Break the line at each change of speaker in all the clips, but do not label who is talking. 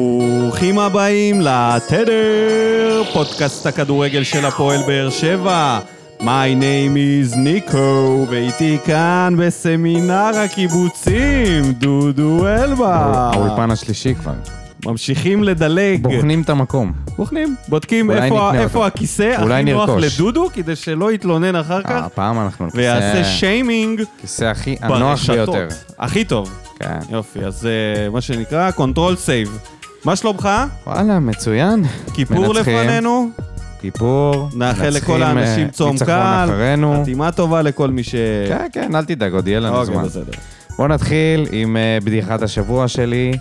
ברוכים הבאים לתדר, פודקאסט הכדורגל של הפועל באר שבע. My name is ניקו, ואיתי כאן בסמינר הקיבוצים, דודו אלבה.
האולפן השלישי כבר.
ממשיכים לדלג.
אה. בוחנים את המקום.
בוחנים. בודקים
אולי
איפה,
נקנה
איפה
אותו.
הכיסא הכי
אולי
נוח
נרכוש. אה,
לדודו, כדי שלא יתלונן אחר כך,
הפעם אנחנו על
כן. ויעשה
כיסא-
שיימינג
כיסא הכי הנוח
ברשתות.
ביותר.
הכי טוב.
כן.
יופי, אז אה, מה שנקרא, קונטרול סייב. מה שלומך?
וואלה, מצוין.
כיפור
מנצחים.
לפנינו.
כיפור.
נאחל
מנצחים,
לכל האנשים
אה,
צום
ניצחון
קל.
אחרינו.
חתימה טובה לכל מי ש...
כן, כן, אל תדאג, עוד יהיה לנו
אוקיי,
זמן.
בסדר.
בואו נתחיל עם אה, בדיחת השבוע שלי.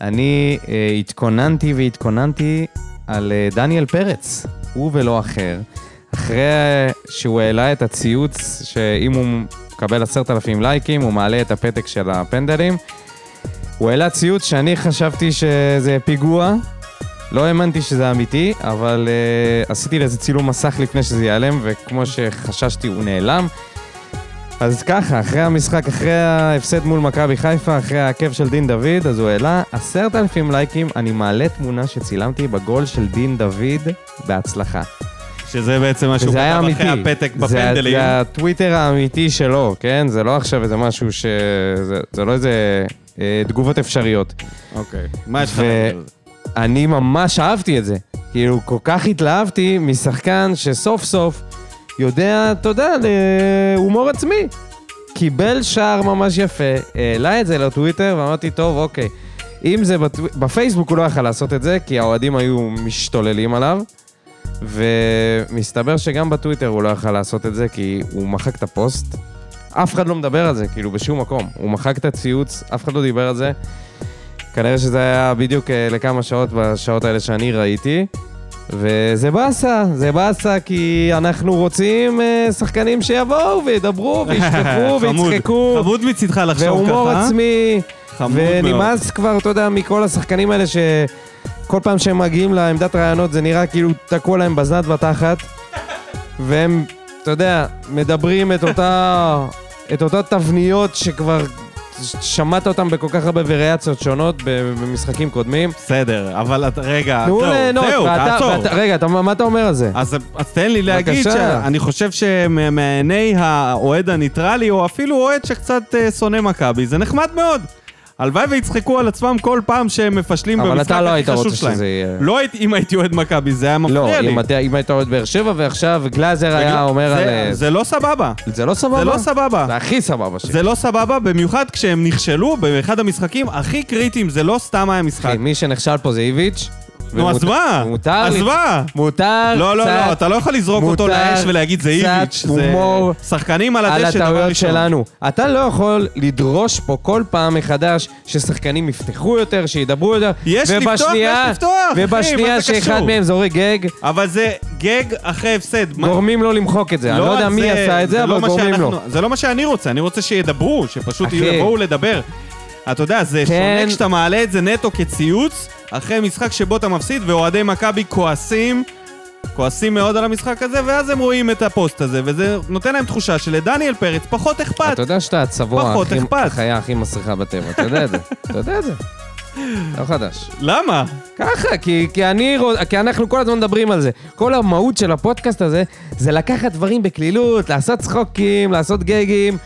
אני אה, התכוננתי והתכוננתי על אה, דניאל פרץ, הוא ולא אחר, אחרי אה, שהוא העלה את הציוץ שאם הוא מקבל עשרת אלפים לייקים, הוא מעלה את הפתק של הפנדלים. הוא העלה ציוץ שאני חשבתי שזה פיגוע, לא האמנתי שזה אמיתי, אבל uh, עשיתי לזה צילום מסך לפני שזה ייעלם, וכמו שחששתי הוא נעלם. אז ככה, אחרי המשחק, אחרי ההפסד מול מכבי חיפה, אחרי העקב של דין דוד, אז הוא העלה עשרת אלפים לייקים, אני מעלה תמונה שצילמתי בגול של דין דוד בהצלחה.
שזה בעצם מה שהוא
וזה היה
כתב
אמיתי.
אחרי הפתק
זה-
בפנדלים.
זה הטוויטר האמיתי שלו, כן? זה לא עכשיו איזה משהו ש... זה, זה לא איזה אה, תגובות אפשריות.
אוקיי. מה יש לך
ו-
להגיד על זה?
אני ממש אהבתי את זה. כאילו, כל כך התלהבתי משחקן שסוף סוף יודע, אתה יודע, להומור עצמי. קיבל שער ממש יפה, העלה את זה לטוויטר, ואמרתי, טוב, אוקיי. אם זה בטו... בפייסבוק, הוא לא יכל לעשות את זה, כי האוהדים היו משתוללים עליו. ומסתבר שגם בטוויטר הוא לא יכל לעשות את זה, כי הוא מחק את הפוסט. אף אחד לא מדבר על זה, כאילו, בשום מקום. הוא מחק את הציוץ, אף אחד לא דיבר על זה. כנראה שזה היה בדיוק אה, לכמה שעות בשעות האלה שאני ראיתי. וזה באסה, זה באסה כי אנחנו רוצים אה, שחקנים שיבואו וידברו וישתפו
חמוד.
ויצחקו.
חמוד מצידך לחשוב ככה.
והומור עצמי.
חמוד
ונמאס כבר, אתה יודע, מכל השחקנים האלה שכל פעם שהם מגיעים לעמדת רעיונות זה נראה כאילו תקוע להם בזנת ותחת. והם, אתה יודע, מדברים את אותה... את אותות תבניות שכבר ש- שמעת אותם בכל כך הרבה וריאציות שונות ב- במשחקים קודמים.
בסדר, אבל אתה- רגע,
תנו
זהו,
ליהנות,
זהו,
ואתה-
אה, תעצור. אה,
ואתה- רגע, אתה- מה אתה אומר על זה?
אז, אז תן לי להגיד
בבקשה.
שאני חושב שמעיני האוהד הניטרלי, או אפילו אוהד שקצת אה, שונא מכבי, זה נחמד מאוד. הלוואי ויצחקו על עצמם כל פעם שהם מפשלים
אבל
במשחק
אתה לא
הכי
היית
חשוב
רוצה
שלהם.
שזה יהיה-
לא הייתי, אם הייתי אוהד מכבי, זה היה
לא,
מפריע לי.
אם אתה- אם היית אוהד באר שבע ועכשיו גלאזר
בגלל-
היה אומר
זה,
על... אה,
זה לא סבבה.
זה לא סבבה?
זה לא סבבה.
זה הכי סבבה שלי.
זה לא סבבה, במיוחד כשהם נכשלו באחד המשחקים הכי קריטיים, זה לא סתם היה משחק.
אחי, אוקיי, מי שנכשל פה זה איביץ'.
נו, אז
ומות-
מה?
כן, מותר
אז
לי.
מה?
מותר
לא, לא,
קצת
לא, אתה לא יכול לזרוק אותו
מותר
לאש ולהגיד זה
קצת
איביץ', זה
הומור
שחקנים על
על
הדשא, דבר
הטעויות
ראשון.
שלנו. אתה לא יכול לדרוש פה כל פעם מחדש ששחקנים יפתחו יותר, שידברו יותר.
יש לפתוח,
ובשנייה-
יש לפתוח, אחי, מה
ובשנייה
זה
שאחד
קשור?
מהם זורק גג,
אבל זה גג אחרי הפסד. מה-
גורמים לו למחוק את זה. אני לא יודע
אז
מי עשה את זה,
לא
אבל
מה
גורמים לו.
שאנחנו- זה לא מה שאני רוצה, אני רוצה שידברו, שפשוט
אחי.
יבואו לדבר. אתה יודע, זה
כן.
שונה כשאתה מעלה את זה נטו כציוץ, אחרי משחק שבו אתה מפסיד, ואוהדי מכבי כועסים, כועסים מאוד על המשחק הזה, ואז הם רואים את הפוסט הזה, וזה נותן להם תחושה שלדניאל פרץ פחות אכפת.
אתה יודע שאתה הצבוע
פחות
הכי-
אכפת.
החיה הכי מסריחה בטבע, אתה יודע את זה. אתה יודע את זה. לא חדש.
למה?
ככה, כי, כי, אני, רוצ- כי אנחנו כל הזמן מדברים על זה. כל המהות של הפודקאסט הזה זה לקחת דברים בקלילות, לעשות צחוקים, לעשות גגים.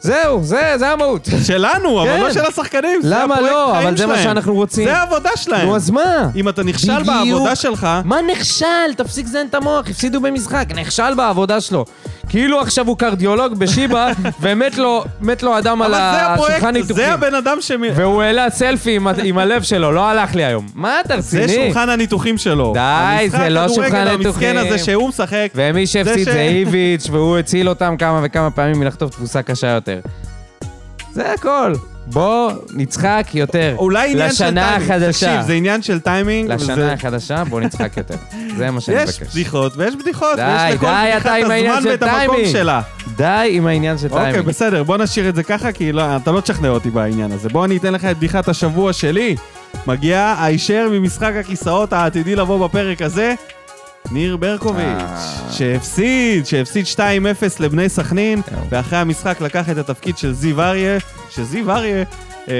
זהו, זה, זה המהות.
שלנו, אבל
כן.
לא של השחקנים. זה
למה
הפרויקט
לא?
חיים
אבל זה מה
שלהם.
שאנחנו רוצים.
זה העבודה שלהם.
נו, אז מה?
אם אתה נכשל
בדיוק.
בעבודה שלך,
מה נכשל? תפסיק לזיין את המוח, הפסידו במשחק, נכשל בעבודה שלו. כאילו עכשיו הוא קרדיולוג בשיבא, ומת לו, מת לו אדם
אבל
על
זה
השולחן
הפרויקט, זה
ניתוחים.
הבן אדם שמ...
והוא העלה סלפי עם, ה- עם הלב שלו, לא הלך לי היום. מה אתה
זה
רציני?
שולחן הניתוחים שלו.
די,
המשחק
זה לא
הכדורגל
שולחן
המסכן
הניתוחים.
הזה שהוא משחק.
ומי
זה
שהפסיד זה,
ש-
ש... זה איביץ', והוא הציל אותם כמה וכמה פעמים מלחטוף תבוסה קשה יותר. זה הכל. בוא נצחק יותר.
אולי עניין של טיימינג.
לשנה החדשה.
תקשיב, זה עניין של טיימינג.
לשנה
וזה-
החדשה, בוא נצחק יותר. זה מה שאני
יש
מבקש.
בדיחות ויש בדיחות.
די,
ויש לכל
די,
בדיחה
אתה עם
את
העניין
הזמן
של
ואת המקום
טיימינג.
שלה.
די עם העניין של
אוקיי,
טיימינג.
בסדר, בוא נשאיר את זה ככה, כי לא- אתה לא תשכנע אותי בעניין הזה. בוא אני אתן לך את בדיחת השבוע שלי. מגיע הישר ממשחק הכיסאות העתידי לבוא בפרק הזה, ניר ברקוביץ',
אה.
שהפסיד, שהפסיד 2-0 לבני סכנין,
יואו.
ואחרי המשחק לקח את התפקיד של זיו אריה, שזיו אריה אה,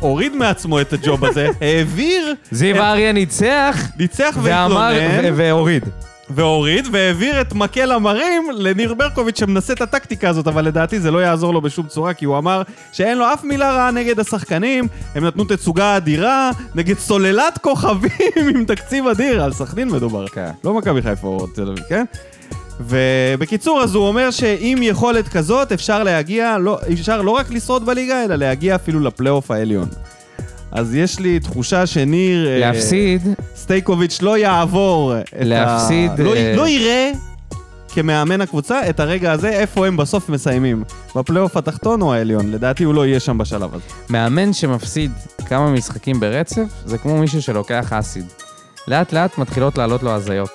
הוריד מעצמו את הג'וב הזה, העביר,
זיו אריה ניצח,
ניצח
ואמר,
והתלונן, אה.
ו- והוריד.
והוריד, והעביר את מקל המרים לניר ברקוביץ' שמנסה את הטקטיקה הזאת, אבל לדעתי זה לא יעזור לו בשום צורה, כי הוא אמר שאין לו אף מילה רעה נגד השחקנים, הם נתנו תצוגה אדירה, נגד סוללת כוכבים עם תקציב אדיר, על סכנין מדובר.
כן.
לא מכבי חיפה או תל אביב, כן? ובקיצור, אז הוא אומר שעם יכולת כזאת אפשר להגיע, לא, אפשר לא רק לשרוד בליגה, אלא להגיע אפילו לפלייאוף העליון. אז יש לי תחושה שניר... אה,
להפסיד,
סטייקוביץ' לא יעבור את
להפסיד,
ה... לא,
אה,
לא יראה כמאמן הקבוצה את הרגע הזה, איפה הם בסוף מסיימים. בפלייאוף התחתון או העליון. לדעתי הוא לא יהיה שם בשלב הזה.
מאמן שמפסיד כמה משחקים ברצף, זה כמו מישהו שלוקח אסיד. לאט לאט מתחילות לעלות לו הזיות.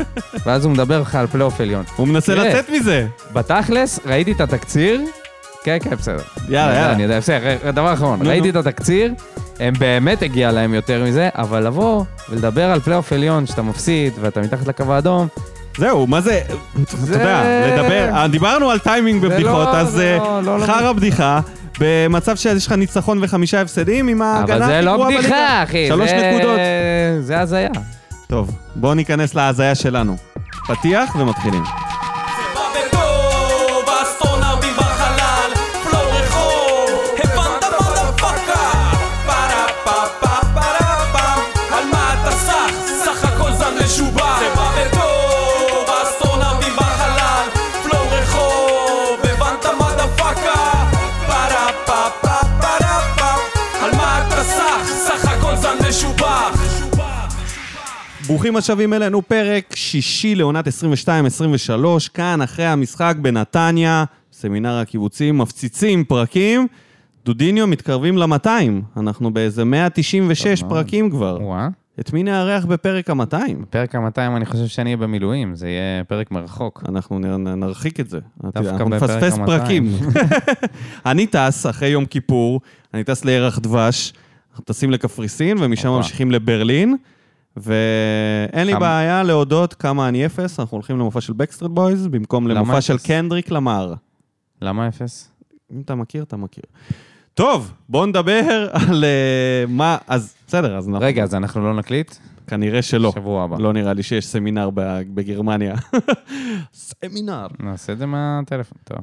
ואז הוא מדבר לך על פלייאוף עליון.
הוא מנסה
תראה.
לצאת מזה.
בתכלס, ראיתי את התקציר, כן, כן, בסדר.
יאללה, יאללה.
אני יודע, בסדר, דבר אחרון,
נו,
ראיתי את
נו.
התקציר, הם באמת הגיע להם יותר מזה, אבל לבוא ולדבר על פלייאוף עליון, שאתה מפסיד ואתה מתחת לקו האדום,
זהו, מה זה... אתה יודע, לדבר... אה, דיברנו על טיימינג
זה
בבדיחות,
לא-
אז
זה
אה,
לא- לא- לא-
חרא בדיחה. במצב שיש לך ניצחון וחמישה הפסדים עם ההגנה...
אבל זה לא
הגרועה בליגה.
בדיחה, אחי.
שלוש
זה-
נקודות.
זה הזיה.
טוב, בואו ניכנס להזיה שלנו. פתיח ומתחילים.
בא בטוב, אסטרונאוטים בחלל, פלואו רחוב, הבנת מה דפקה? פרה פה פה פרה פם, על מה אתה סח? סך הכל זן משובח. זה בא בטוב, אסטרונאוטים בחלל, פלואו רחוב, הבנת מה דפקה? פרה פה פה פרה פם, על מה אתה סח? סך הכל זן משובח.
ברוכים השבים אלינו, פרק שישי לעונת 22-23, כאן אחרי המשחק בנתניה, סמינר הקיבוצים, מפציצים פרקים. דודיניו מתקרבים ל-200, אנחנו באיזה 196 פרקים כבר.
וואה.
את מי נארח בפרק ה-200?
פרק ה-200 אני חושב שאני אהיה במילואים, זה יהיה פרק מרחוק.
אנחנו נ- נ- נרחיק את זה.
דווקא
אנחנו
בפרק
נפספס
ה-200.
פרקים. אני טס אחרי יום כיפור, אני טס לירח דבש, אנחנו טסים לקפריסין, ומשם
הופה.
ממשיכים לברלין, ואין לי
כמה?
בעיה להודות כמה אני אפס, אנחנו הולכים למופע של בקסטרד בויז, במקום
למה
למופע של
אפס?
קנדריק למר.
למה אפס?
אם אתה מכיר, אתה מכיר. טוב, בואו נדבר על אה, מה... אז בסדר, אז אנחנו...
רגע, אז אנחנו לא נקליט?
כנראה שלא.
שבוע הבא.
לא נראה לי שיש סמינר ב- בגרמניה. סמינר.
נעשה את זה מהטלפון. טוב.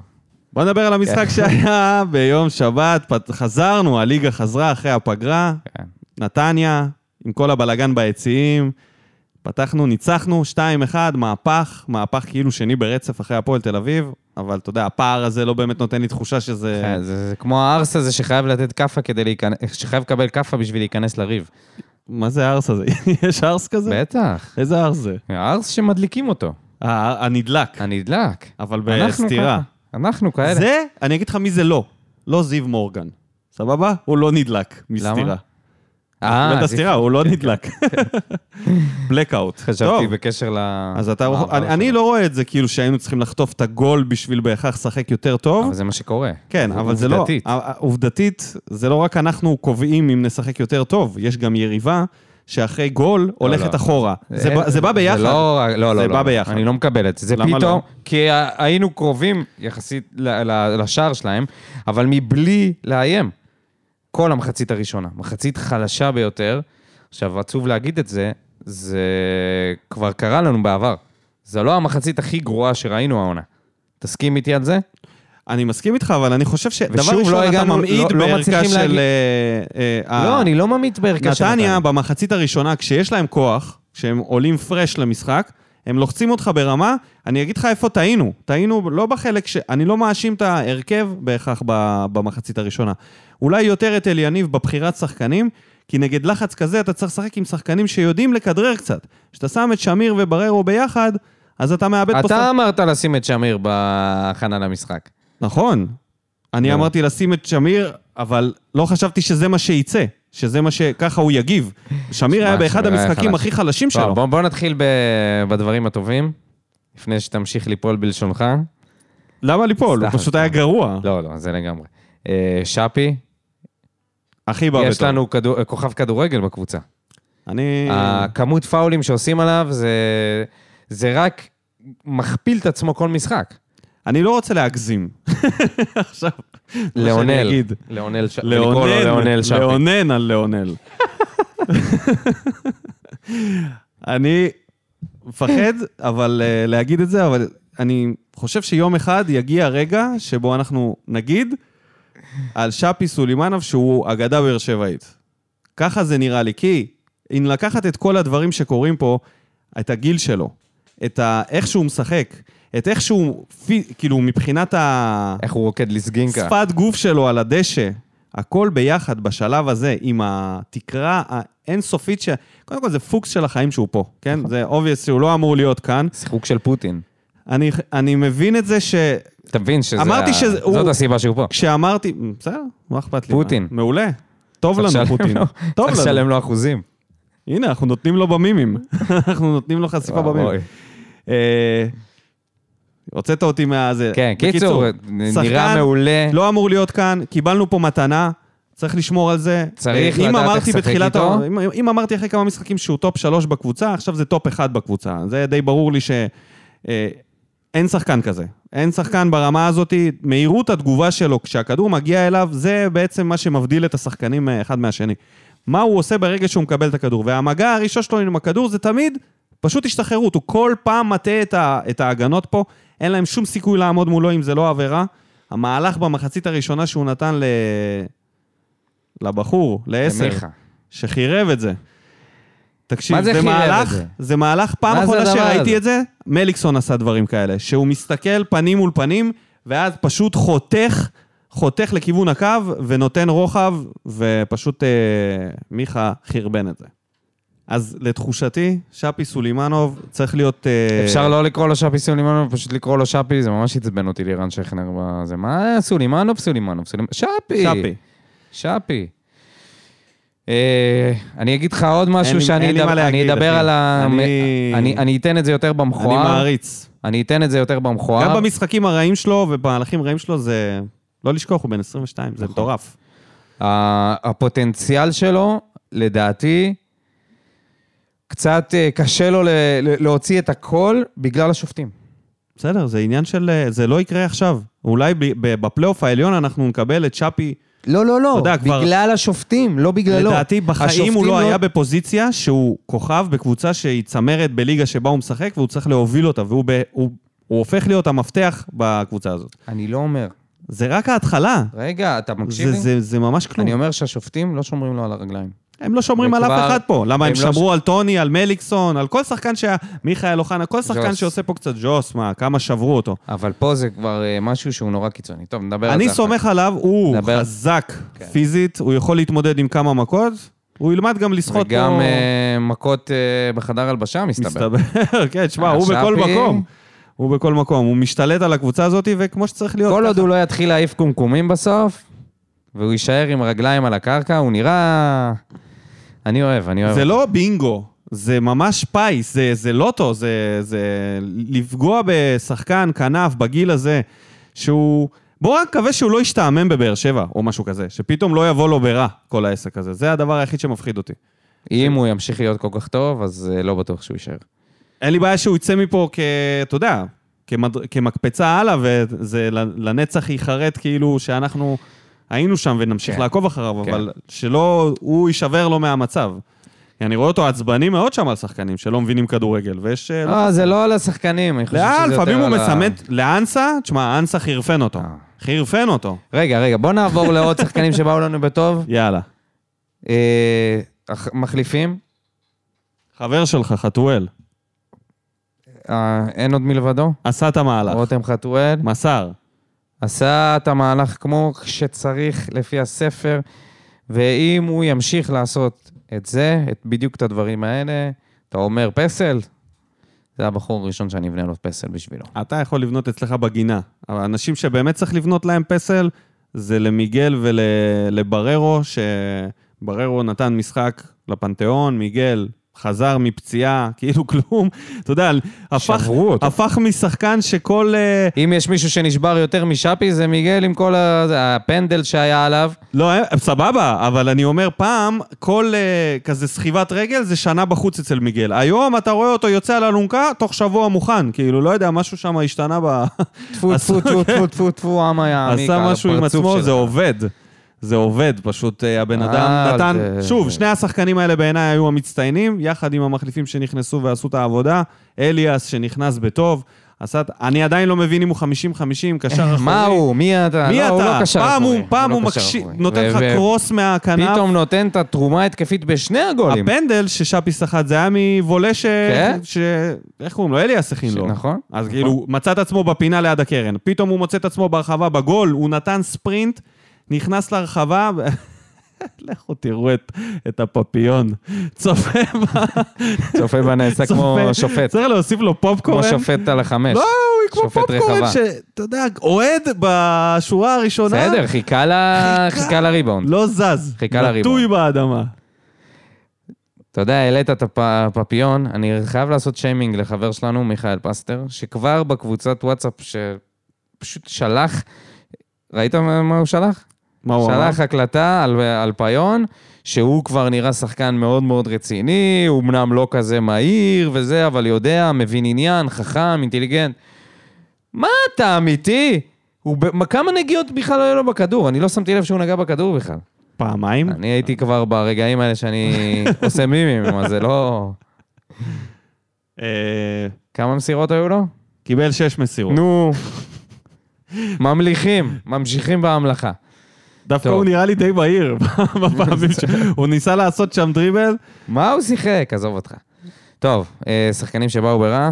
בוא נדבר על
כן.
המשחק שהיה ביום שבת, פת- חזרנו, הליגה חזרה אחרי הפגרה,
כן.
נתניה, עם כל הבלגן ביציעים, פתחנו, ניצחנו, 2-1, מהפך, מהפך כאילו שני ברצף אחרי הפועל תל אביב, אבל אתה יודע, הפער הזה לא באמת נותן לי תחושה שזה...
כן, זה זה כמו הארס הזה שחייב לתת כאפה כדי להיכנס, שחייב לקבל כאפה בשביל להיכנס לריב.
מה זה הארס הזה? יש הארס כזה?
בטח.
איזה הארס זה?
הארס שמדליקים אותו.
הה- הנדלק,
הנדלק.
אבל
אנחנו
בסתירה.
ככה. אנחנו כאלה.
אה, זה, אני אגיד לך מי זה לא. לא זיו מורגן. סבבה? הוא לא נדלק מסתירה.
אה,
לא את
אז
הסתירה, הוא לא נדלק. בלקאוט. טוב,
חשבתי בקשר ל...
אז אתה...
לעבר
אני-
שלו.
אני לא רואה את זה כאילו שהיינו צריכים לחטוף את הגול בשביל בהכרח לשחק יותר
אבל
טוב.
זה מה שקורה.
כן, אבל זה לא...
עובדתית.
ע- עובדתית, זה לא רק אנחנו קובעים אם נשחק יותר טוב, יש גם יריבה שאחרי גול הולכת
לא.
אחורה. זה
אין-
בא- זה בא ביחד.
זה לא, לא, לא.
זה
לא,
בא
לא.
ביחד.
אני לא מקבל את זה. זה
למה
פתאום,
לא?
כי ה- היינו קרובים יחסית ל- ל- לשער שלהם, אבל מבלי לאיים. כל המחצית הראשונה. מחצית חלשה ביותר. עכשיו, עצוב להגיד את זה, זה כבר קרה לנו בעבר. זה לא המחצית הכי גרועה שראינו העונה. תסכים איתי על זה?
אני מסכים איתך, אבל אני חושב שדבר
ושוב, לא
ראשון, אתה
הגענו-
ממעיט
לא- לא
בערכה
מצליחים
של...
להגיד-
אה, אה,
לא,
ה-
אני לא ממעיט בערכה של
נתניה, במחצית הראשונה, כשיש להם כוח, כשהם עולים פרש למשחק, הם לוחצים אותך ברמה, אני אגיד לך איפה טעינו. טעינו לא בחלק ש... אני לא מאשים את ההרכב בהכרח ב- במחצית הראשונה. אולי יותר את אליניב בבחירת שחקנים, כי נגד לחץ כזה אתה צריך לשחק עם שחקנים שיודעים לכדרר קצת. כשאתה שם את שמיר ובררו ביחד, אז אתה מאבד פה...
אתה
שחק-
אמרת לשים את שמיר בהכנה למשחק.
נכון. אני
נו.
אמרתי לשים את שמיר, אבל לא חשבתי שזה מה שייצא, שזה מה ש... ככה הוא יגיב. שמיר היה
שמע,
באחד
שמיר היה
המשחקים
חלש.
הכי חלשים
טוב,
שלו.
בוא, בוא נתחיל ב, בדברים הטובים, לפני שתמשיך ליפול בלשונך.
למה ליפול? הוא
סתם,
פשוט
סתם.
היה גרוע.
לא, לא, זה לגמרי. אה, שפי,
הכי בא
יש
בטוב.
לנו כדור, כוכב כדורגל בקבוצה.
אני...
הכמות פאולים שעושים עליו זה, זה רק מכפיל את עצמו כל משחק.
אני לא רוצה להגזים. עכשיו, מה שאני
לאונל.
אגיד.
לאונל ש- ולקרוא לו
לאונן,
לאונל שפי.
לאונן על לאונל. אני מפחד, אבל אה, להגיד את זה, אבל אני חושב שיום אחד יגיע הרגע שבו אנחנו נגיד על שפי סולימנוב שהוא אגדה באר שבעית. ככה זה נראה לי, כי אם לקחת את כל הדברים שקורים פה, את הגיל שלו, את ה... איך שהוא משחק, את איך שהוא, פי- כאילו, מבחינת ה...
איך הוא רוקד לסגינקה.
שפת גוף שלו על הדשא, הכל ביחד בשלב הזה, עם התקרה האינסופית ש... קודם כל, זה פוקס של החיים שהוא פה, כן?
נכון.
זה obvious שהוא לא אמור להיות כאן.
שיחוק של פוטין.
אני, אני מבין את זה ש...
אתה מבין שזה...
אמרתי
ה-
שזה-
זאת
הוא-
הסיבה שהוא פה.
כשאמרתי... בסדר, מה אכפת לי?
פוטין.
מעולה. טוב
צריך
לנו,
לשלם
פוטין.
לו-
טוב
צריך
לנו.
לשלם לו אחוזים.
הנה, אנחנו נותנים לו במימים. אנחנו נותנים לו חשיפה
אוי.
במימים. אה, הוצאת אותי מהזה.
כן,
בקיצור,
קיצור, נ- נראה
שחקן
מעולה.
לא אמור להיות כאן, קיבלנו פה מתנה, צריך לשמור על זה.
צריך
אה, אם
לדעת איך
אמרתי
לשחק
בתחילת
איתו.
ה- אם, אם אמרתי אחרי כמה משחקים שהוא טופ שלוש בקבוצה, עכשיו זה טופ אחד בקבוצה. זה די ברור לי שאין אה, אין שחקן כזה. אין שחקן ברמה הזאת, מהירות התגובה שלו כשהכדור מגיע אליו, זה בעצם מה שמבדיל את השחקנים אה, אחד מהשני. מה הוא עושה ברגע שהוא מקבל את הכדור. והמגע הראשון שלו עם הכדור זה תמיד פשוט השתחררות. הוא כל פעם מטה את, ה, את ההגנות פה, אין להם שום סיכוי לעמוד מולו אם זה לא עבירה. המהלך במחצית הראשונה שהוא נתן ל... לבחור, לעשר,
מיכה.
שחירב את זה. תקשיב,
מה זה
זה
חירב את
מהלך,
זה?
זה מהלך, פעם
מה זה
אחרונה
הדבר הזה?
שראיתי את זה, מליקסון עשה דברים כאלה, שהוא מסתכל פנים מול פנים, ואז פשוט חותך, חותך לכיוון הקו, ונותן רוחב, ופשוט אה, מיכה חרבן את זה. אז לתחושתי, שפי סולימנוב צריך להיות... אה,
אפשר לא לקרוא לו שפי סולימנוב, פשוט לקרוא לו שפי, זה ממש עצבן אותי לירן שכנר בזה. מה סולימנוב, סולימנוב, סולימנוב, שפי!
שפי.
שפי. אה, אני אגיד לך עוד משהו
לי-
שאני
אין לי
אדבר-
מה
אני
להגיד,
אדבר
אחי.
על ה...
אני-
אני- אני אתן את זה יותר
אני
במכוער.
מעריץ.
אני אתן את זה יותר
גם
במכוער.
במשחקים הרעים שלו ובמהלכים הרעים שלו זה... לא לשכוח, הוא בן 22,
נכון.
זה מטורף.
ה- הפוטנציאל שלו, לדעתי, קצת אה, קשה לו ל- ל- להוציא את הכל בגלל השופטים.
בסדר, זה עניין של... אה, זה לא יקרה עכשיו. אולי ב- ב- בפלייאוף העליון אנחנו נקבל את שפי.
לא, לא, לא.
אתה יודע, כבר-
בגלל השופטים, לא בגללו.
לדעתי, בחיים
השופטים
הוא לא היה בפוזיציה שהוא כוכב בקבוצה שהיא צמרת בליגה שבה הוא משחק, והוא צריך להוביל אותה, והוא ב... הוא... הוא הופך להיות המפתח בקבוצה הזאת.
אני לא אומר.
זה רק ההתחלה.
רגע, אתה מקשיב
זה,
לי?
זה, זה ממש כלום.
אני אומר שהשופטים לא שומרים לו על הרגליים.
הם לא שומרים על
וכבר-
אף אחד פה. למה
הם
הם
לא
שמרו על טוני, על מליקסון, על כל שחקן שהיה... מיכאל אוחנה, כל שחקן
ג'וס.
שעושה פה קצת ג'וס, מה, כמה שברו אותו.
אבל פה זה כבר אה, משהו שהוא נורא קיצוני. טוב, נדבר על זה.
אני
אחר
סומך עליו, הוא
נדבר-
חזק
כן.
פיזית, הוא יכול להתמודד עם כמה מכות, הוא ילמד גם
כך.
לשחות פה.
וגם אה, מכות אה, בחדר הלבשה, מסתבר.
מסתבר. כן, שמע, הוא
עכשיו
בכל
היא-
מקום. הוא בכל מקום, הוא משתלט על הקבוצה הזאת, וכמו שצריך להיות.
כל
ככה.
עוד הוא לא יתחיל להעיף קומקומים בסוף, והוא יישאר עם הרגליים על הקרקע, הוא נראה... אני אוהב, אני אוהב.
זה לא בינגו, זה ממש פיס, זה, זה לוטו, זה, זה לפגוע בשחקן כנף בגיל הזה, שהוא... בואו רק נקווה שהוא לא ישתעמם בבאר שבע, או משהו כזה, שפתאום לא יבוא לו ברע כל העסק הזה. זה הדבר היחיד שמפחיד אותי.
אם הוא ימשיך להיות כל כך טוב, אז אה, לא בטוח שהוא יישאר.
אין לי בעיה שהוא יצא מפה כ... אתה יודע, כמד... כמקפצה הלאה, וזה ל- לנצח ייחרט כאילו שאנחנו היינו שם ונמשיך
כן.
כן. לעקוב אחריו,
כן.
כן. אבל שלא, הוא יישבר לו מהמצב. כי אני רואה אותו עצבני מאוד שם על שחקנים שלא מבינים כדורגל, ויש... אה,
לא, זה לא על השחקנים, אני חושב שזה
לאן,
יותר
לפעמים הוא
על ה-
מסמת, לאנסה, תשמע, אנסה חירפן אותו.
אה.
חירפן אותו.
רגע, רגע, בוא נעבור לעוד שחקנים שבאו לנו בטוב.
יאללה.
אה, אח- מחליפים,
חבר שלך, חתואל,
אה, אין עוד מלבדו.
עשה את המהלך.
רותם חתואל.
מסר.
עשה את המהלך כמו שצריך לפי הספר, ואם הוא ימשיך לעשות את זה, את בדיוק את הדברים האלה, אתה אומר פסל, זה הבחור הראשון שאני אבנה לו פסל בשבילו.
אתה יכול לבנות אצלך בגינה, אבל אנשים שבאמת צריך לבנות להם פסל, זה למיגל ולבררו, שבררו נתן משחק לפנתיאון, מיגל חזר מפציעה, כאילו כלום. אתה יודע, הפך,
שברו אותו.
הפך משחקן שכל... אה,
אם יש מישהו שנשבר יותר משאפי, זה מיגל עם כל ה- הפנדל שהיה עליו.
לא, אה, סבבה, אבל אני אומר, פעם, כל אה, כזה סחיבת רגל זה שנה בחוץ אצל מיגל. היום אתה רואה אותו יוצא על אלונקה, תוך שבוע מוכן. כאילו, לא יודע, משהו שם השתנה ב...
טפו,
עשה-
טפו, טפו, טפו, טפו, טפו, עמה יעמיק
עשה
על
משהו עם
הפרצוף
עצמו,
שלך.
זה עובד. זה עובד, פשוט אה, הבן אדם
אה,
נתן...
זה-
שוב, שני השחקנים האלה בעיניי היו המצטיינים, יחד עם המחליפים שנכנסו ועשו את העבודה. אליאס שנכנס בטוב, עשה... את- אני עדיין לא מבין אם הוא 50-50, קשר אחורי.
מה הוא? מי אתה?
מי
לא, הוא
אתה?
לא קשר
פעם
אחורי,
הוא, פעם
לא
הוא
קשר
מקשיב,
אחורי.
נותן לך
ו-
קרוס מהכנף.
פתאום נותן את התרומה ההתקפית בשני הגולים.
הפנדל ששאפי סחט, זה היה מבולה ש...
כן?
ש... איך קוראים לו? אליאס הכין
ש-
לו.
נכון.
אז כאילו, הוא מצא את עצמו בפינה ליד הקרן. פתאום הוא מוצא את עצמו ברחבה, בגול, הוא נתן ספרינט, נכנס לרחבה, ו- לכו תראו את, את הפפיון. צופה ב...
צופה בנעשה כמו
צופה.
שופט.
צריך להוסיף לו
כמו
פופקורן.
שופט על החמש.
לא, הוא כמו
שופט
פופקורן
רחבה.
שאתה יודע, אוהד בשורה הראשונה,
בסדר, חיכה ל-
חיכה.
חיכה לריבאונד.
לא זז.
חיכה לריבון.
נטוי באדמה.
אתה יודע, העלית את הפ- הפפיון, אני חייב לעשות שיימינג לחבר שלנו, מיכאל פסטר, שכבר בקבוצת וואטסאפ, שפשוט שלח, ראית מה מה הוא שלח?
מה הוא אמר?
שלח הקלטה על, על פיון, שהוא כבר נראה שחקן מאוד מאוד רציני, הוא אמנם לא כזה מהיר וזה, אבל יודע, מבין עניין, חכם, אינטליגנט. מה אתה אמיתי? הוא ב... מה- כמה נגיעות בכלל היו לו בכדור? אני לא שמתי לב שהוא נגע בכדור בכלל.
פעמיים?
אני הייתי כבר ברגעים האלה שאני עושה מימים, אז זה לא...
אה,
כמה מסירות היו לו?
קיבל שש מסירות.
נו. ממליכים, ממשיכים בממלכה.
דווקא
טוב.
הוא נראה לי די מהיר בפעמים ש... הוא ניסה לעשות שם דריבל.
מה הוא שיחק? עזוב אותך. טוב, אה, שחקנים שבאו ברע,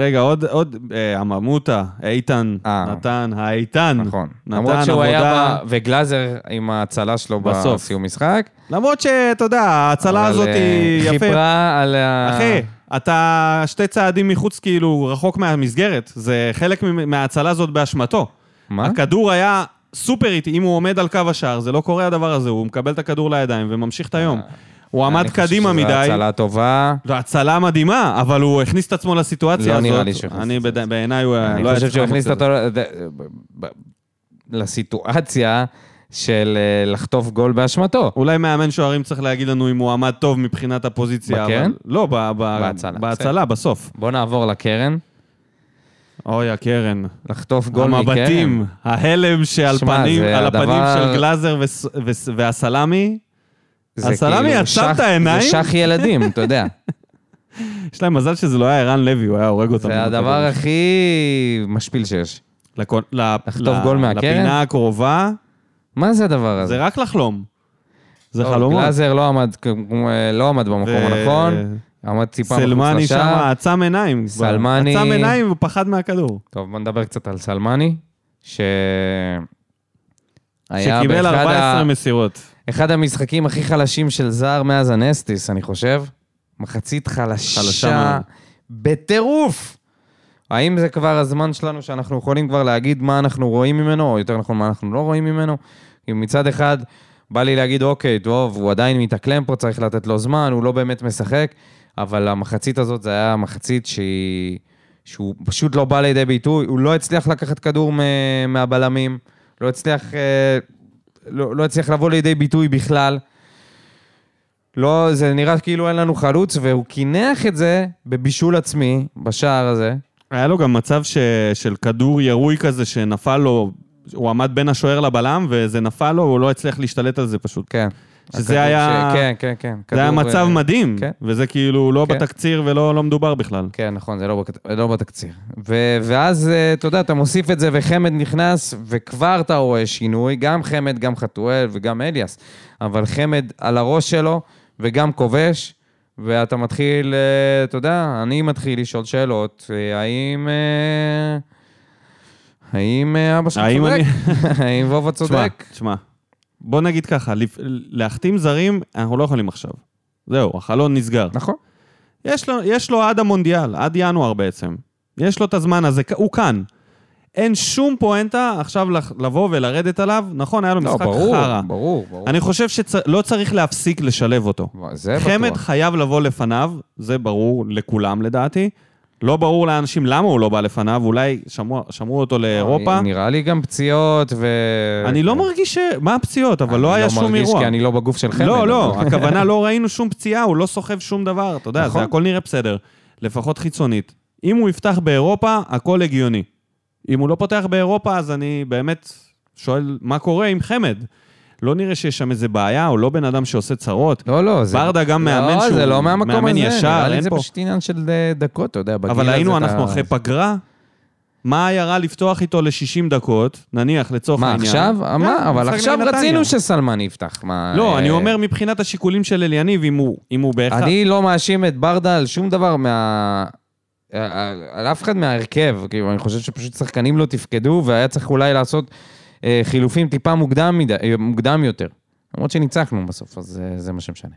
רגע, עוד, עוד, אה, הממוטה, איתן,
אה.
נתן, האיתן.
נכון.
נתן
למרות שהוא
עבודה.
היה, ב... וגלאזר עם ההצלה שלו
בסוף.
בסיום משחק.
למרות שאתה יודע, ההצלה
אבל,
הזאת
אה,
היא יפה.
חיפרה על ה...
אחי, אתה שתי צעדים מחוץ, כאילו, רחוק מהמסגרת. זה חלק ממ- מההצלה הזאת באשמתו.
מה?
הכדור היה סופר איטי, אם הוא עומד על קו השער, זה לא קורה הדבר הזה, הוא מקבל את הכדור לידיים וממשיך את היום. הוא עמד
אה, אני חושב
קדימה
שזו
מדי.
הצלה טובה.
זו הצלה מדהימה, אבל הוא הכניס את עצמו לסיטואציה
לא
הזאת.
נראה לי שהוא הכניס
אני
את
בד- בעיניי הוא היה- לא
אני
היה
חושב
צריך
שהוא הכניס
לעמוד
אותו ל- ב- ב- לסיטואציה של אה, לחטוף גול באשמתו.
אולי מאמן שוערים צריך להגיד לנו אם הוא עמד טוב מבחינת הפוזיציה.
בקרן?
אבל- לא, ב- ב-
בהצלה,
בהצלה, בסוף.
בואו נעבור לקרן.
אוי, הקרן.
לחטוף גול מקרן.
המבטים, ההלם שעל
שמע,
פנים-
זה
על הפנים
הדבר-
של גלאזר וס- וס- והסלמי.
זה
הסלמי
כאילו
עצם
שח-
את העיניים?
זה שח ילדים, אתה יודע.
יש להם מזל שזה לא היה ערן לוי, הוא היה הורג אותם.
זה הדבר הכי משפיל שיש.
לכו- ל-
לחטוף
ל-
גול מהקרן?
לפינה הקרובה,
מה זה הדבר הזה?
זה רק לחלום. זה
טוב,
חלומות.
גלאזר לא עמד, כמו- לא עמד במקום
ו-
הנכון, עמד טיפה מחוץ
סלמני שם
לשער.
עצם עיניים. כבר.
סלמני-
עצם עיניים ופחד מהכדור.
טוב, בוא נדבר קצת על סלמני, ש... היה
שקיבל
באחד
14
ה-
מסירות.
אחד המשחקים הכי חלשים של זר מאז הנסטיס, אני חושב. מחצית חלשה,
חלשה מאוד.
בטירוף. האם זה כבר הזמן שלנו שאנחנו יכולים כבר להגיד מה אנחנו רואים ממנו, או יותר נכון, מה אנחנו לא רואים ממנו? כי מצד אחד, בא לי להגיד, אוקיי, טוב, הוא עדיין מתאקלם פה, צריך לתת לו זמן, הוא לא באמת משחק, אבל המחצית הזאת, זה היה מחצית שהיא... שהוא פשוט לא בא לידי ביטוי, הוא לא הצליח לקחת כדור מ- מהבלמים, לא הצליח, אה, לא, לא הצליח לבוא לידי ביטוי בכלל. לא, זה נראה כאילו אין לנו חלוץ, והוא קינח את זה בבישול עצמי, בשער הזה.
היה לו גם מצב ש... של כדור ירוי כזה שנפל לו, הוא עמד בין השוער לבלם וזה נפל לו, הוא לא הצליח להשתלט על זה פשוט.
כן.
שזה
הכדור
היה-
ש... כן, כן, כן.
זה היה
כדור,
מצב
אה,
מדהים,
כן.
וזה כאילו לא
כן.
בתקציר ולא לא מדובר בכלל.
כן, נכון, זה לא, בק... לא בתקציר. ו... ואז, אה, אתה יודע, אתה מוסיף את זה, וחמד נכנס, וכבר אתה רואה שינוי, גם חמד, גם חתואל וגם אליאס. אבל חמד על הראש שלו, וגם כובש, ואתה מתחיל, אה, אתה יודע, אני מתחיל לשאול שאלות, אה, האם... אה, האם אה, אבא שלך
האם
צודק?
אני-
האם וובה
תשמע,
צודק?
תשמע, בוא נגיד ככה, לפ... להחתים זרים, אנחנו לא יכולים עכשיו. זהו, החלון נסגר.
נכון.
יש לו, יש לו עד המונדיאל, עד ינואר בעצם. יש לו את הזמן הזה, כ- הוא כאן. אין שום פואנטה עכשיו לח- לבוא ולרדת עליו. נכון, היה לו
לא,
משחק
ברור,
חרא.
ברור, ברור.
אני חושב שלא צריך להפסיק לשלב אותו.
זה בטוח.
חמד חייב לבוא לפניו, זה ברור לכולם לדעתי. לא ברור לאנשים למה הוא לא בא לפניו, אולי שמעו, שמעו אותו לאירופה. אני,
אה, נראה לי גם פציעות ו...
אני, לא מרגיש ש... מה הפציעות? אבל לא היה שום אירוע.
כן. אני לא מרגיש כי אני לא בגוף של חמד.
לא, לא,
אבל-
הכוונה לא ראינו שום פציעה, הוא לא סוחב שום דבר, אתה יודע,
נכון.
זה הכל נראה בסדר. לפחות חיצונית. אם הוא יפתח באירופה, הכל הגיוני. אם הוא לא פותח באירופה, אז אני באמת שואל, מה קורה עם חמד? לא נראה שיש שם איזה בעיה, הוא לא בן אדם שעושה צרות.
לא, לא, זה...
ברדה גם מאמן
לא,
שהוא
זה לא מהמקום
מאמן
הזה.
ישר,
נראה
אין
לי זה
פה.
פשוט עניין של אה, דקות, אתה יודע, בגיל הזה...
אבל היינו,
אתה-
אנחנו אחרי פגרה. מה היה רע לפתוח איתו ל-60 דקות, נניח, לצורך
מה,
העניין?
עכשיו?
כן,
מה? אבל
משחק
עכשיו
נגד נתניה.
רצינו שסלמן יפתח. מה...
לא,
אה,
אני אומר מבחינת השיקולים של אליניב, אם הוא- אם הוא בהכרח...
אני לא מאשים את ברדה על שום דבר מה... על- על על אף אחד מההרכב, כאילו, אני חושב שפשוט שחקנים לא תפקדו, והיה צריך אולי לעשות אה, חילופים טיפה מוקדם, מדי, אה, מוקדם יותר. למרות שניצחנו בסוף, אז אה, זה מה שמשנה.